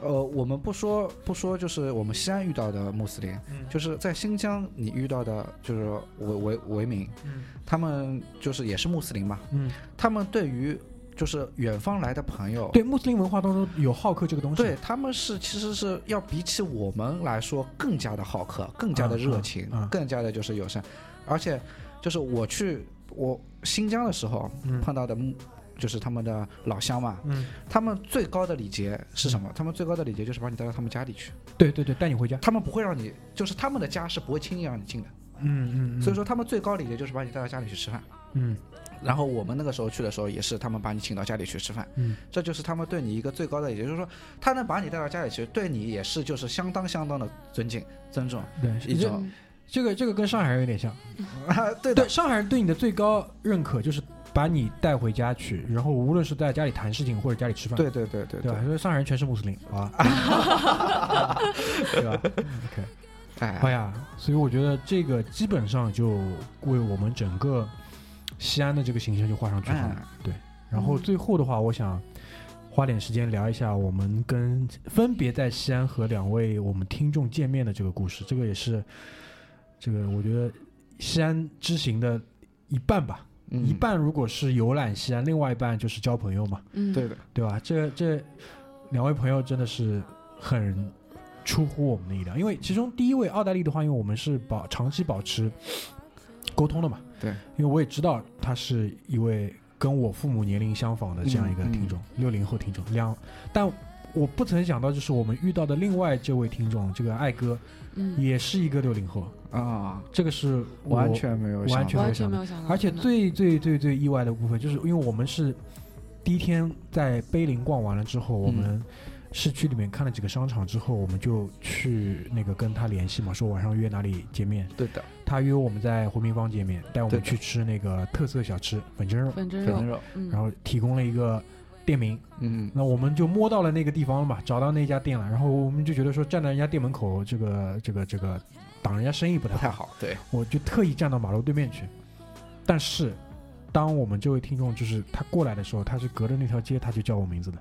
S5: 呃，我们不说不说，就是我们西安遇到的穆斯林，
S3: 嗯
S5: 就是在新疆你遇到的，就是维维维民，
S3: 嗯
S5: 他们就是也是穆斯林嘛，
S3: 嗯，
S5: 他们对于就是远方来的朋友，
S3: 对，穆斯林文化当中有好客这个东西，
S5: 对，他们是其实是要比起我们来说更加的好客，更加的热情，
S3: 嗯嗯嗯
S5: 更加的就是友善，而且就是我去我新疆的时候、
S3: 嗯
S5: 碰到的穆，就是他们的老乡嘛，
S3: 嗯，
S5: 他们最高的礼节是什么？他们最高的礼节就是把你带到他们家里去，
S3: 对对对，带你回家，
S5: 他们不会让你，就是他们的家是不会轻易让你进的，
S3: 嗯嗯，
S5: 所以说他们最高礼节就是把你带到家里去吃饭。
S3: 嗯
S5: 然后我们那个时候去的时候，也是他们把你请到家里去吃饭，
S3: 嗯，
S5: 这就是他们对你一个最高的，也就是说，他能把你带到家里去，对你也是就是相当相当的尊敬、尊重
S3: 对，
S5: 一
S3: 这
S5: 种。
S3: 这个这个跟上海人有点像，
S5: 啊，对 的
S3: 对，，上海人对你的最高认可就是把你带回家去，然后无论是在家里谈事情或者家里吃饭，
S5: 对对对对
S3: 对吧？因为上海人全是穆斯林，好吧？ 对吧？OK，哎
S5: 哎，
S3: 呀，所以我觉得这个基本上就为我们整个西安的这个形象就画上句号了。
S5: 嗯
S3: 对，然后最后的话，我想花点时间聊一下我们跟分别在西安和两位我们听众见面的这个故事。这个也是这个我觉得西安之行的一半吧，
S5: 嗯
S3: 一，半如果是游览西安，另外一半就是交朋友嘛。
S4: 嗯，
S5: 对的，
S3: 对吧？这这两位朋友真的是很出乎我们的意料，因为其中第一位奥黛丽的话，因为我们是保长期保持沟通的嘛，
S5: 对，
S3: 因为我也知道她是一位跟我父母年龄相仿的这样一个
S5: 嗯嗯
S3: 听众，六零、后听众，两，但我不曾想到，就是我们遇到的另外这位听众，这个艾哥
S4: 嗯，
S3: 也是一个六零后，
S5: 啊，
S3: 这个是我
S5: 完全没有想
S3: 完
S5: 到，
S3: 全
S4: 完全没有想到，
S3: 而且
S4: 真的
S3: 最最最最意外的部分，就是因为我们是第一天在碑林逛完了之
S5: 嗯
S3: 后，我们市区里面看了几个商场之后，我们就去那个跟他联系嘛，说晚上约哪里见面。
S5: 对的，
S3: 他约我们在回民坊见面，带我
S5: 对
S3: 们
S5: 的
S3: 去吃那个特色小吃粉蒸肉，
S4: 粉蒸
S5: 粉
S4: 肉
S5: 蒸，肉，
S4: 嗯，
S3: 然后提供了一个店名，
S5: 嗯，
S3: 那我们就摸到了那个地方了嘛，找到那家店了，然后我们就觉得说站在人家店门口，这个这个这个挡人家生意不太
S5: 不
S3: 好
S5: 太。好，对，
S3: 我就特意站到马路对面去。但是，当我们这位听众就是他过来的时候，他是隔着那条街，他就叫我名字的，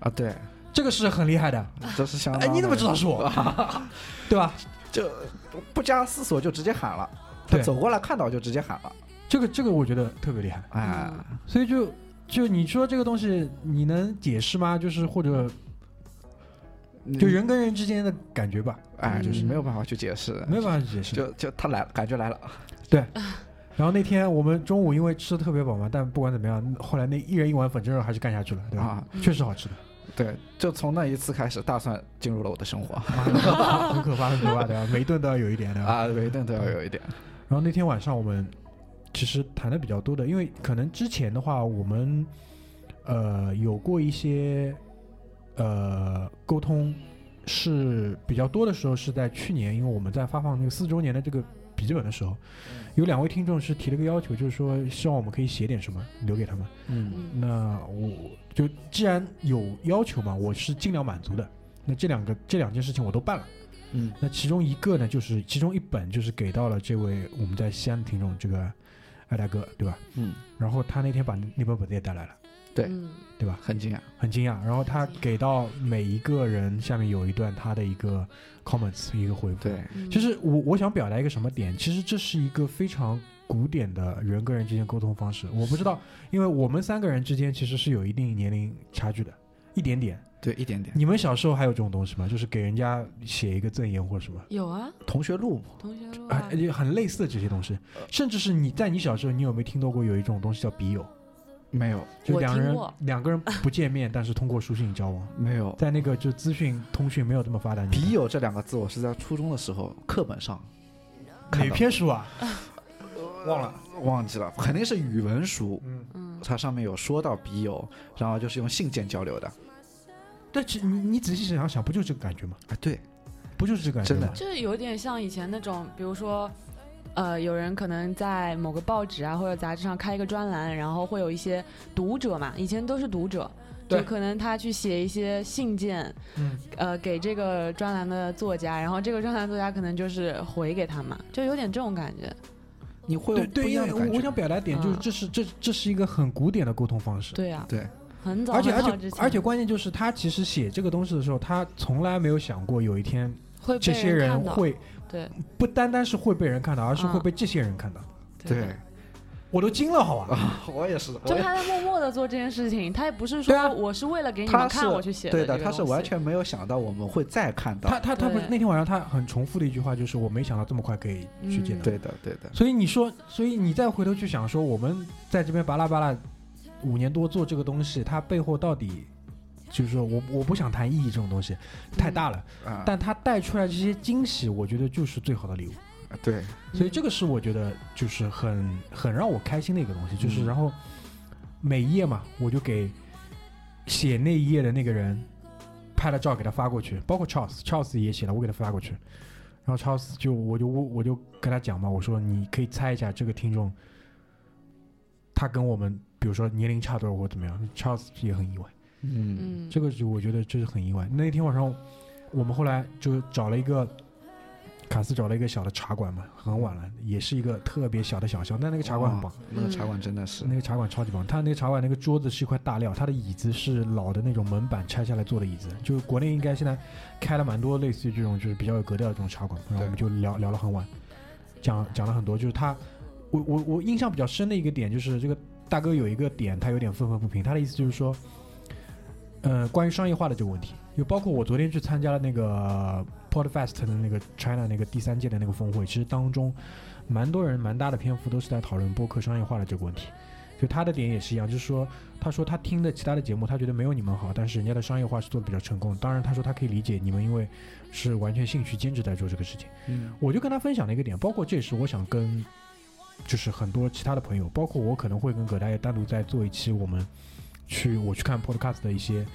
S5: 啊，对，
S3: 这个是很厉害的。
S5: 这是相当，
S3: 哎，你怎么知道？是我？对吧？
S5: 就不加思索就直接喊了，他
S3: 对
S5: 走过来看到就直接喊了，
S3: 这个这个我觉得特别厉害。
S5: 哎，
S3: 所以就就你说这个东西，你能解释吗？就是或者就人跟人之间的感觉吧，
S5: 嗯哎，就是
S4: 嗯
S5: 没有办法去解释，
S3: 没有办法解释。
S5: 就就他来了，感觉来了，
S3: 然后那天我们中午因为吃的特别饱嘛，但不管怎么样，后来那一人一碗粉蒸肉还是干下去了，对吧？
S5: 啊
S3: 确实好 吃的。
S5: 对，就从那一次开始，大蒜进入了我的生活
S3: 啊很可怕，很可怕，对 吧？每一顿都要有一点，对吧？
S5: 啊，每一顿都要有一点，
S3: 然后那天晚上我们其实谈的比较多的，因为可能之前的话，我们呃有过一些呃沟通是比较多的时候是在去年，因为我们在发放那个四周年的这个笔记本的时候，有两位听众是提了个要求，就是说希望我们可以写点什么留给他们。
S5: 嗯
S4: 嗯
S3: 那我就既然有要求嘛，我是尽量满足的。那这两个这两件事情我都办了。
S5: 嗯
S3: 那其中一个呢，就是其中一本就是给到了这位我们在西安的听众这个艾大哥，对吧？
S5: 嗯，
S3: 然后他那天把那本本子也带来了，
S5: 对
S4: 嗯
S3: 对吧？
S5: 很惊讶，
S3: 很惊讶。然后他给到每一个人下面有一段他的一个 comments 一个回复。，
S5: 对，
S4: 嗯
S3: 其实我我想表达一个什么点？其实这是一个非常古典的人跟人之间沟通方式。我不知道，因为我们三个人之间其实是有一定年龄差距的，一点点。
S5: 对一点点。
S3: 你们小时候还有这种东西吗？就是给人家写一个赠言或者什么？
S4: 有啊，
S5: 同学录
S4: 同学录啊
S3: 啊，，也很类似的这些东西，
S4: 呃
S3: 甚至是你在你小时候，你有没有听到过有一种东西叫笔友？
S5: 没有
S3: 就
S4: 我
S3: 两
S4: 听
S3: 人
S4: 过
S3: 两个 人不见面，但是通过书信交往，
S5: 没有，
S3: 在那个就资讯通讯没有这么发达年代。
S5: 笔友这两个字我是在初中的时候课本上看
S3: 哪
S5: 到
S3: 篇书 啊？
S5: 忘了忘记了，肯定是语文书，
S3: 嗯，
S4: 嗯，
S5: 它上面有说到笔友，然后就是用信件交流的。
S3: 但其你你仔细想想，不就是这个感觉吗？
S5: 啊，对，
S3: 不就是这个感觉
S5: 真
S3: 吗
S5: 的？
S4: 这有点像以前那种，比如说，呃，有人可能在某个报纸啊或者杂志上开一个专栏，然后会有一些读者嘛，以前都是读者，
S3: 对
S4: 就可能他去写一些信件，
S3: 嗯，
S4: 呃，给这个专栏的作家，然后这个专栏作家可能就是回给他嘛，就有点这种感觉。
S5: 你会有
S3: 对
S5: 不
S3: 对，因
S5: 一样
S3: 为
S5: 的感
S3: 我我想
S5: 觉。
S3: 表达点就是，
S4: 嗯
S3: 这是这这是一个很古典的沟通方式。
S4: 对啊，
S5: 对，
S4: 很早
S3: 而且
S4: 很
S3: 而
S4: 早之
S3: 且
S4: 前，
S3: 而且关键就是他其实写这个东西的时候，他从来没有想过有一天
S4: 会被
S3: 这些
S4: 人
S3: 人
S4: 看到
S3: 会
S4: 对
S3: 不单单是会被人看到，而是会
S4: 嗯
S3: 被这些人看到。
S5: 对
S3: 我都惊了，好吧？
S5: 啊， 我也是，我
S4: 就
S5: 也
S4: 他在默默的做这件事情，他也不是
S3: 对
S4: 说
S3: 啊
S4: 我是为了给你
S5: 他
S4: 们
S5: 是
S4: 看我去写
S5: 对
S4: 的，
S5: 他是完。全没有想到我们会再看到
S3: 他，他他不是
S4: 对
S3: 那天晚上他很重复的一句话就是我没想到这么快可以去见
S4: 嗯
S3: 到。
S5: 对的对的，
S3: 所以你说，所以你再回头去想说，我们在这边巴拉巴拉五年多做这个东西，它背后到底就是说我我不想谈意义这种东西太大了，
S4: 嗯
S5: 啊，
S3: 但它带出来这些惊喜，我觉得就是最好的礼物。
S5: 对，
S3: 所以这个是我觉得就是很很让我开心的一个东西，就是
S5: 嗯
S3: 然后每一页嘛，我就给写那一页的那个人拍了照给他发过去，包括 Charles Charles 也写了，我给他发过去，然后 Charles 就我就我我就跟他讲嘛，我说你可以猜一下这个听众他跟我们比如说年龄差多少或怎么样，Charles 也很意外，
S5: 嗯
S4: 嗯，
S3: 这个就我觉得这是很意外。那天晚上我们后来就找了一个卡斯找了一个小的茶馆嘛，很晚了，也是一个特别小的小巷，但那个茶馆很棒
S5: 哇，那个茶馆真的是
S3: 那个茶馆超级棒。它那个茶馆那个桌子是一块大料，它的椅子是老的那种门板拆下来做的椅子，就是国内应该现在开了蛮多类似于这种就是比较有格调的这种茶馆，然后我们就聊聊了很晚，讲讲了很多，就是他，我我我印象比较深的一个点就是这个大哥有一个点他有点愤愤不平，他的意思就是说，呃，关于商业化的这个问题，就包括我昨天去参加了那个 Podfest 的那个 China 那个第三届的那个峰会，其实当中蛮多人蛮大的篇幅都是在讨论播客商业化的这个问题。就他的点也是一样，就是说，他说他听的其他的节目，他觉得没有你们好，但是人家的商业化是做的比较成功。当然，他说他可以理解你们，因为是完全兴趣兼职在做这个事情。
S5: 嗯
S3: 我就跟他分享了一个点，包括这也是我想跟，就是很多其他的朋友，包括我可能会跟葛大爷单独再做一期，我们去我去看 podcast 的一些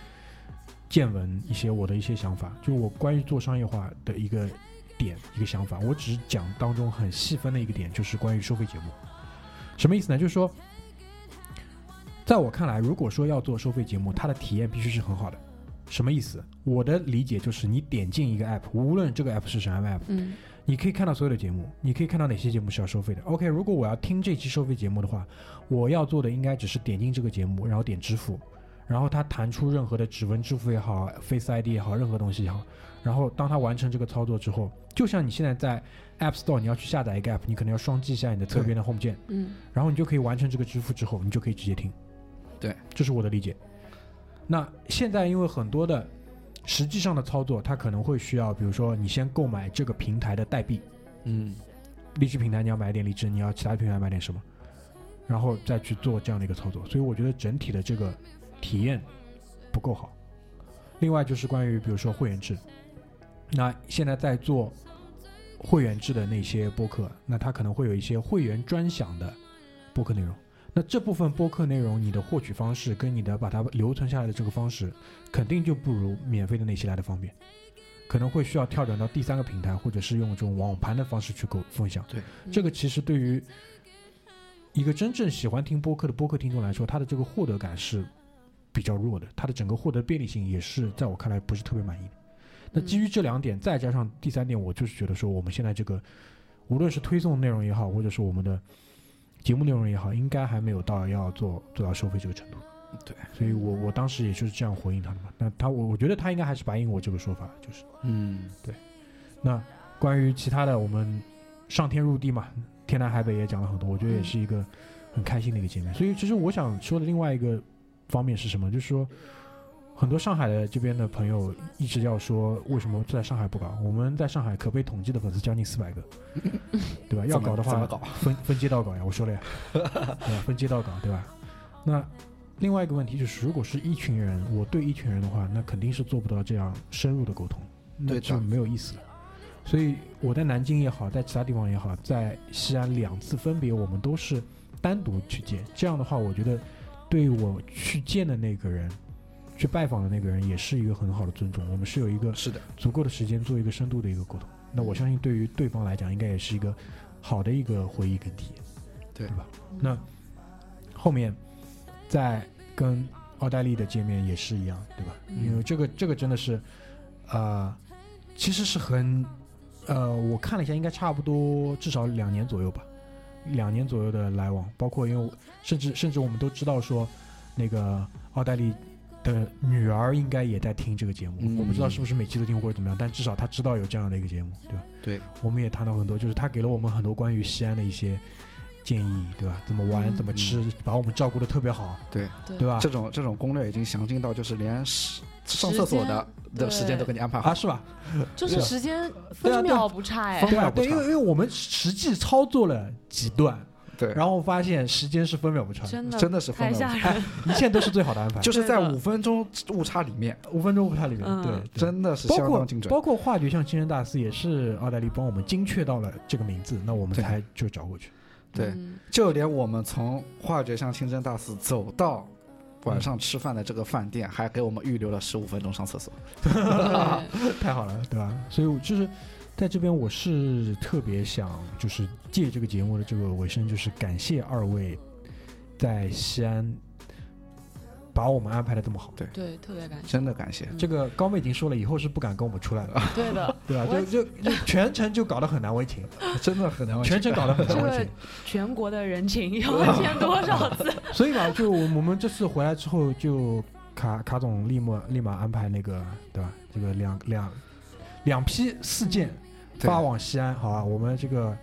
S3: 见闻，一些我的一些想法，就是我关于做商业化的一个点一个想法。我只是讲当中很细分的一个点，就是关于收费节目，什么意思呢？就是说，在我看来，如果说要做收费节目，它的体验必须是很好的。什么意思？我的理解就是，你点进一个 app，无论这个 app 是什么 app，
S4: 嗯
S3: 你可以看到所有的节目，你可以看到哪些节目是要收费的。OK，如果我要听这期收费节目的话，我要做的应该只是点进这个节目，然后点支付，然后它弹出任何的指纹支付也好，Face ID 也好，任何东西也好，然后当它完成这个操作之后，就像你现在在 App Store 你要去下载一个 App，你可能要双击一下你的侧边的 Home 键，
S4: 嗯
S3: 然后你就可以完成这个支付之后，你就可以直接听。
S5: 对，
S3: 这是我的理解。那现在因为很多的实际上的操作，它可能会需要，比如说你先购买这个平台的代币，
S5: 嗯
S3: 荔枝平台你要买点荔枝，你要其他平台买点什么，然后再去做这样的一个操作。所以我觉得整体的这个体验不够好。另外就是关于比如说会员制，那现在在做会员制的那些播客，那它可能会有一些会员专享的播客内容。那这部分播客内容，你的获取方式跟你的把它留存下来的这个方式，肯定就不如免费的那些来的方便，可能会需要跳转到第三个平台，或者是用这种网盘的方式去购分享。
S4: 嗯
S3: 这个其实对于一个真正喜欢听播客的播客听众来说，他的这个获得感是比较弱的，他的整个获得便利性也是在我看来不是特别满意的。那基于这两点，再加上第三点，我就是觉得说，我们现在这个无论是推送内容也好，或者是我们的节目内容也好，应该还没有到要做做到收费这个程度。
S5: 对，
S3: 所以我我当时也就是这样回应他的嘛。那他我我觉得他应该还是白应我这个说法，就是。
S5: 嗯
S3: 那关于其他的，我们上天入地嘛，天南海北也讲了很多，我
S5: 嗯
S3: 觉得也是一个很开心的一个见面。所以，其实我想说的另外一个方面是什么，就是说，很多上海的这边的朋友一直要说，为什么在上海不搞？我们在上海可被统计的粉丝将近四百个， 对吧？要
S5: 怎么
S3: 搞的
S5: 怎
S3: 话
S5: 么，搞？
S3: 分分街道搞呀，我说了呀，对吧？分街道搞，对吧？那另外一个问题就是，如果是一群人，我对一群人的话，那肯定是做不到这样深入的沟通，那
S5: 对的
S3: 就没有意思了。所以我在南京也好，在其他地方也好，在西安两次分别我们都是单独去见，这样的话，我觉得对我去见的那个人。去拜访的那个人也是一个很好的尊重，我们是有一个
S5: 是的，
S3: 足够的时间做一个深度的一个沟通。那我相信对于对方来讲，应该也是一个好的一个回忆跟体验，
S5: 对
S3: 吧？那后面在跟奥黛丽的见面也是一样，对吧？
S4: 嗯
S3: 因为这个这个真的是，呃，其实是很，呃，我看了一下，应该差不多至少两年左右吧，两年左右的来往，包括因为我甚至甚至我们都知道说，那个奥黛丽的女儿应该也在听这个节目，
S5: 嗯
S3: 我不知道是不是每期都听或者怎么样，但至少她知道有这样的一个节目，对吧？
S5: 对，
S3: 我们也谈到很多，就是她给了我们很多关于西安的一些建议，对吧？怎么玩，
S4: 嗯
S3: 怎么吃，把我们照顾的特别好，
S5: 对
S4: 对
S3: 对吧
S5: 这？种这种攻略已经详尽到就是连上上
S4: 时
S5: 厕所
S4: 间
S5: 的的时间都
S4: 对
S5: 给你安排好
S3: 啊，。是吧？
S4: 就是
S3: 对啊
S4: 时间
S3: 对啊
S4: 分秒不差哎
S5: 方，
S3: 对啊，
S5: 法不
S3: 对，
S5: 差
S3: 因为因为我们实际操作了几段，
S5: 对，
S3: 然后发现时间是分秒不差，
S4: 真的
S5: 真的是分
S4: 太
S5: 秒不
S4: 吓
S5: 差，
S4: 人了。
S3: 一切都是最好啊的安排，
S5: 就是
S4: 对
S5: 在
S4: 的
S5: 五分钟误差里面，
S3: 五分钟不差里面，
S4: 嗯
S3: 对，对
S5: 真的是
S3: 包
S5: 相
S3: 括
S5: 当精准。
S3: 包括话剧，像《新人大师》也是奥黛丽帮我们精确到了这个名字，那我们
S5: 对
S3: 才就找过去。
S5: 对，
S4: 嗯
S5: 就连我们从化学向清真大寺走到晚上吃饭的这个饭店，还给我们预留了十五分钟上厕所。
S4: 对
S3: 太好了，对吧？所以我就是在这边，我是特别想就是借这个节目的这个尾声，就是感谢二位在西安把我们安排的这么好。
S5: 对
S4: 对，特 别感谢。
S5: 真的感谢，
S3: 这个高妹已经说了，以后是不敢跟我们出来了，
S4: 对的，
S3: 对吧？
S4: 我
S3: 就就就全程就搞得很难为情，
S5: 真的很难为情
S3: 全程搞得很
S4: 这
S3: 难为
S4: 个
S3: 情。
S4: 全国的人情要问见多少 次？
S3: 所以嘛，就我我们这次回来之后，就卡卡总立马立马安排那个，对吧？这个两两两批四件
S5: 对
S3: 发往西安，好吧？我们这个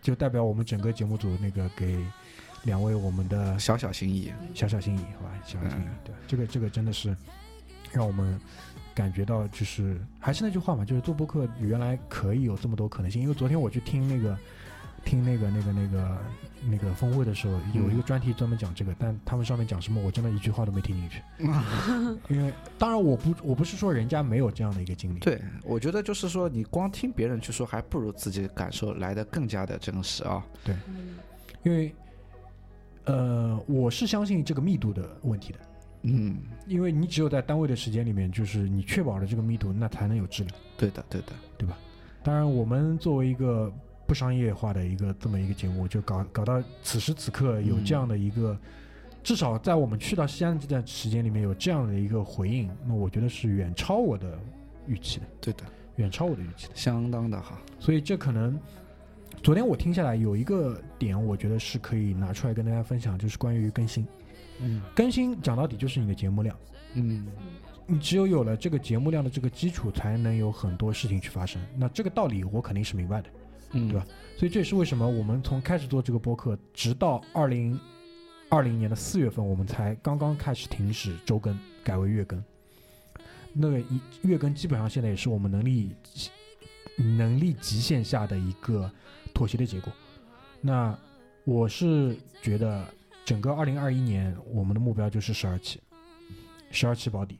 S3: 就代表我们整个节目组那个给两位我们的
S5: 小小心意，
S3: 小小心意，好吧？小小心意
S5: 嗯，
S3: 对吧，这个这个真的是让我们。感觉到就是还是那句话嘛，就是做播客原来可以有这么多可能性。因为昨天我去听那个听那个那个那个那个峰会的时候，有一个专题专门讲这个，但他们上面讲什么，我真的一句话都没听 进去。因为当然我不我不是说人家没有这样的一个经历，
S5: 对我觉得就是说，你光听别人去说，还不如自己感受来的更加的真实啊。
S4: 嗯
S3: 因为呃我是相信这个密度的问题的，
S5: 嗯，
S3: 因为你只有在单位的时间里面，就是你确保了这个密度，那才能有质量。
S5: 对的，对的，
S3: 对吧？当然，我们作为一个不商业化的一个这么一个节目，就搞搞到此时此刻有这样的一个，至少在我们去到西安这段时间里面有这样的一个回应，那我觉得是远超我的预期的，
S5: 对的，
S3: 远超我的预期的。
S5: 相当的好。
S3: 所以这可能，昨天我听下来有一个点，我觉得是可以拿出来跟大家分享，就是关于更新。
S5: 嗯
S3: 更新讲到底就是你的节目量，
S5: 嗯，
S3: 你只有有了这个节目量的这个基础，才能有很多事情去发生。那这个道理我肯定是明白的。
S5: 嗯
S3: 对吧？所以这也是为什么我们从开始做这个播客，直到二零二零年的四月份，我们才刚刚开始停止周更，改为月更。那个一月更基本上现在也是我们能力极能力极限下的一个妥协的结果。那我是觉得，整个二零二一年我们的目标就是十二期，十二期保底，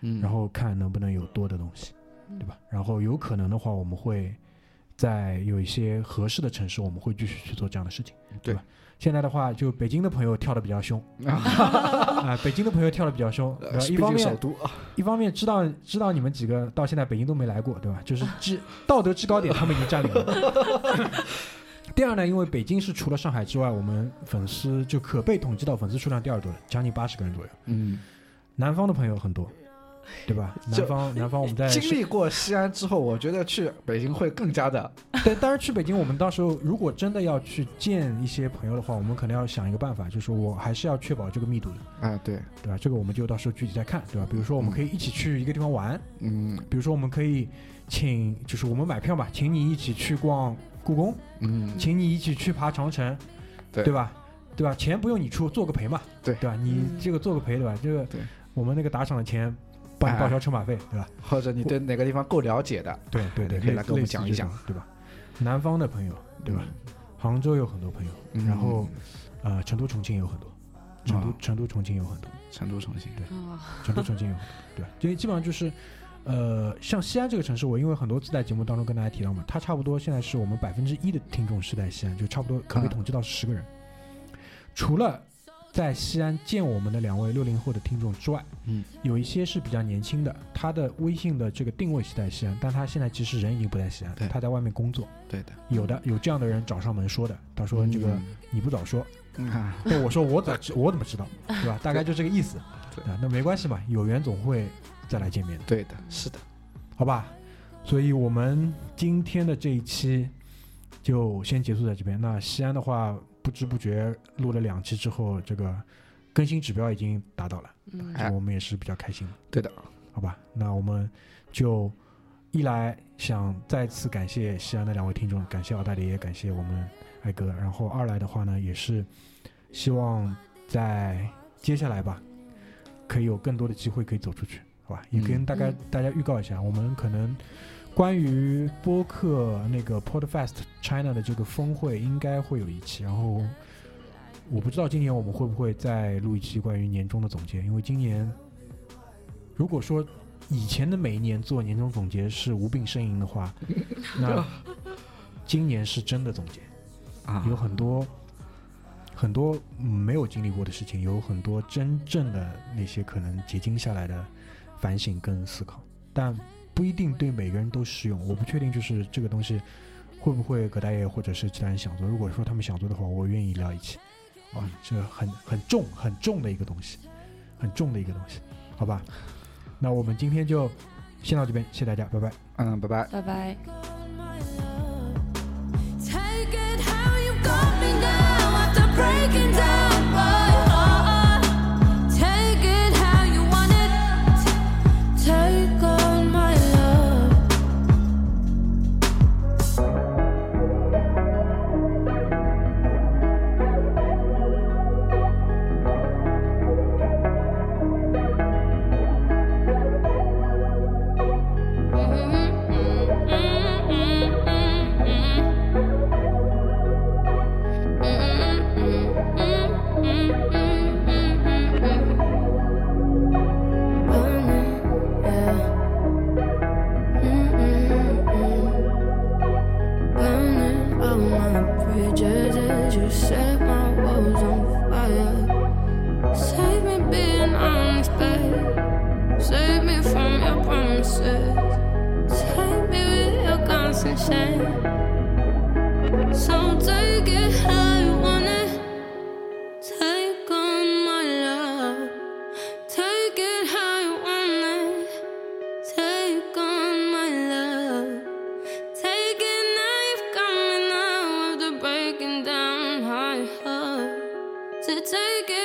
S5: 嗯，
S3: 然后看能不能有多的东西。
S4: 嗯
S3: 对吧？然后有可能的话，我们会在有一些合适的城市，我们会继续去做这样的事情，
S5: 对
S3: 吧？现在的话，就北京的朋友跳的比较 凶啊、北京的朋友跳的比较凶，对
S5: 呃
S3: 吧？一
S5: 毕
S3: 方
S5: 竟首
S3: 面，
S5: 都啊，
S3: 一方面知道知道你们几个到现在北京都没来过，对吧？就是制道德制高点，他们已经占领了。 第二呢，因为北京是除了上海之外，我们粉丝就可被统计到粉丝数量第二多的，将近八十个人左右。
S5: 嗯，
S3: 南方的朋友很多，对 吧？南
S5: 就
S3: 方南方我们在
S5: 经历过西安之后，我觉得去北京会更加的，
S3: 但当然去北京，我们到时候如果真的要去见一些朋友的话，我们可能要想一个办法，就是我还是要确保这个密度的，
S5: 啊，对，
S3: 对吧？这个我们就到时候具体再看，对吧？比如说我们可以一起去一个地方玩，
S5: 嗯
S3: 比如说我们可以请，就是我们买票嘛，请你一起去逛故宫，
S5: 嗯，
S3: 请你一起去爬长城，
S5: 对
S3: 吧？对吧？钱不用你出，做个陪嘛，
S5: 对
S3: 对吧？你
S4: 嗯
S3: 这个做个陪，对吧？这个
S5: 对
S3: 我们那个打赏的钱帮你报销车马费，对吧？
S5: 或者你对哪个地方够了解的，
S3: 对对对，
S5: 可以
S3: 类
S5: 来跟我们
S3: 类似
S5: 讲一
S3: 这
S5: 讲
S3: 种，对吧？南方的朋友，对吧？杭州有很多朋友，
S5: 嗯？
S3: 然后呃，成都、重庆有很多，成都、
S5: 啊
S3: 成都、重庆有很多，
S5: 成都、重庆，
S4: 啊，
S3: 成都、重庆有很多， 对吧？因为基本上就是，呃，像西安这个城市，我因为很多次在节目当中跟大家提到嘛，它差不多现在是我们百分之一的听众是在西安，就差不多可被
S5: 啊
S3: 统计到十个人，除了。在西安见我们的两位六零后的听众之外，
S5: 嗯，
S3: 有一些是比较年轻的，他的微信的这个定位是在西安，但他现在其实人已经不在西安
S5: 对，
S3: 他在外面工作。
S5: 对的，
S3: 有的有这样的人找上门说的，他说这个你不早说，
S5: 嗯啊，
S3: 那我说我咋知我怎么知道，对吧？大概就这个意思，
S5: 对
S3: 啊，那没关系嘛，有缘总会再来见面的，
S5: 对的，是的，
S3: 好吧？所以我们今天的这一期就先结束在这边。那西安的话，不知不觉录了两期之后，这个更新指标已经达到了，
S4: 嗯
S5: 哎
S3: 我们也是比较开心的。
S5: 对的，
S3: 好吧，那我们就一来想再次感谢西安的两位听众，感谢敖大爷，也感谢我们艾哥。然后二来的话呢，也是希望在接下来吧，可以有更多的机会可以走出去，好吧？也
S5: 嗯
S3: 跟大概、
S4: 嗯
S3: 大家预告一下，我们可能关于播客那个 Podfest China 的这个峰会应该会有一期，然后我不知道今年我们会不会再录一期关于年终的总结，因为今年如果说以前的每一年做年终总结是无病呻吟的话，那今年是真的总结，
S5: 啊，
S3: 有很多很多嗯没有经历过的事情，有很多真正的那些可能结晶下来的反省跟思考，但不一定对每个人都适用。我不确定就是这个东西会不会葛大爷或者是其他人想做。如果说他们想做的话，我愿意聊一期。啊，这很很重很重的一个东西，很重的一个东西，好吧？那我们今天就先到这边，谢谢大家，拜拜。
S5: 嗯，拜拜。
S4: 拜拜。
S1: Take it how you got me now after breaking down, but uh, take it how you want it. Take on my love. Set my walls on fire. Save me being unfair. Save me from your promises. Take me with your constant shame. So take it how you want it. Take on my love. Take it how you want it. Take on my love. Take it now you've come and now after breaking down my heart. To take it.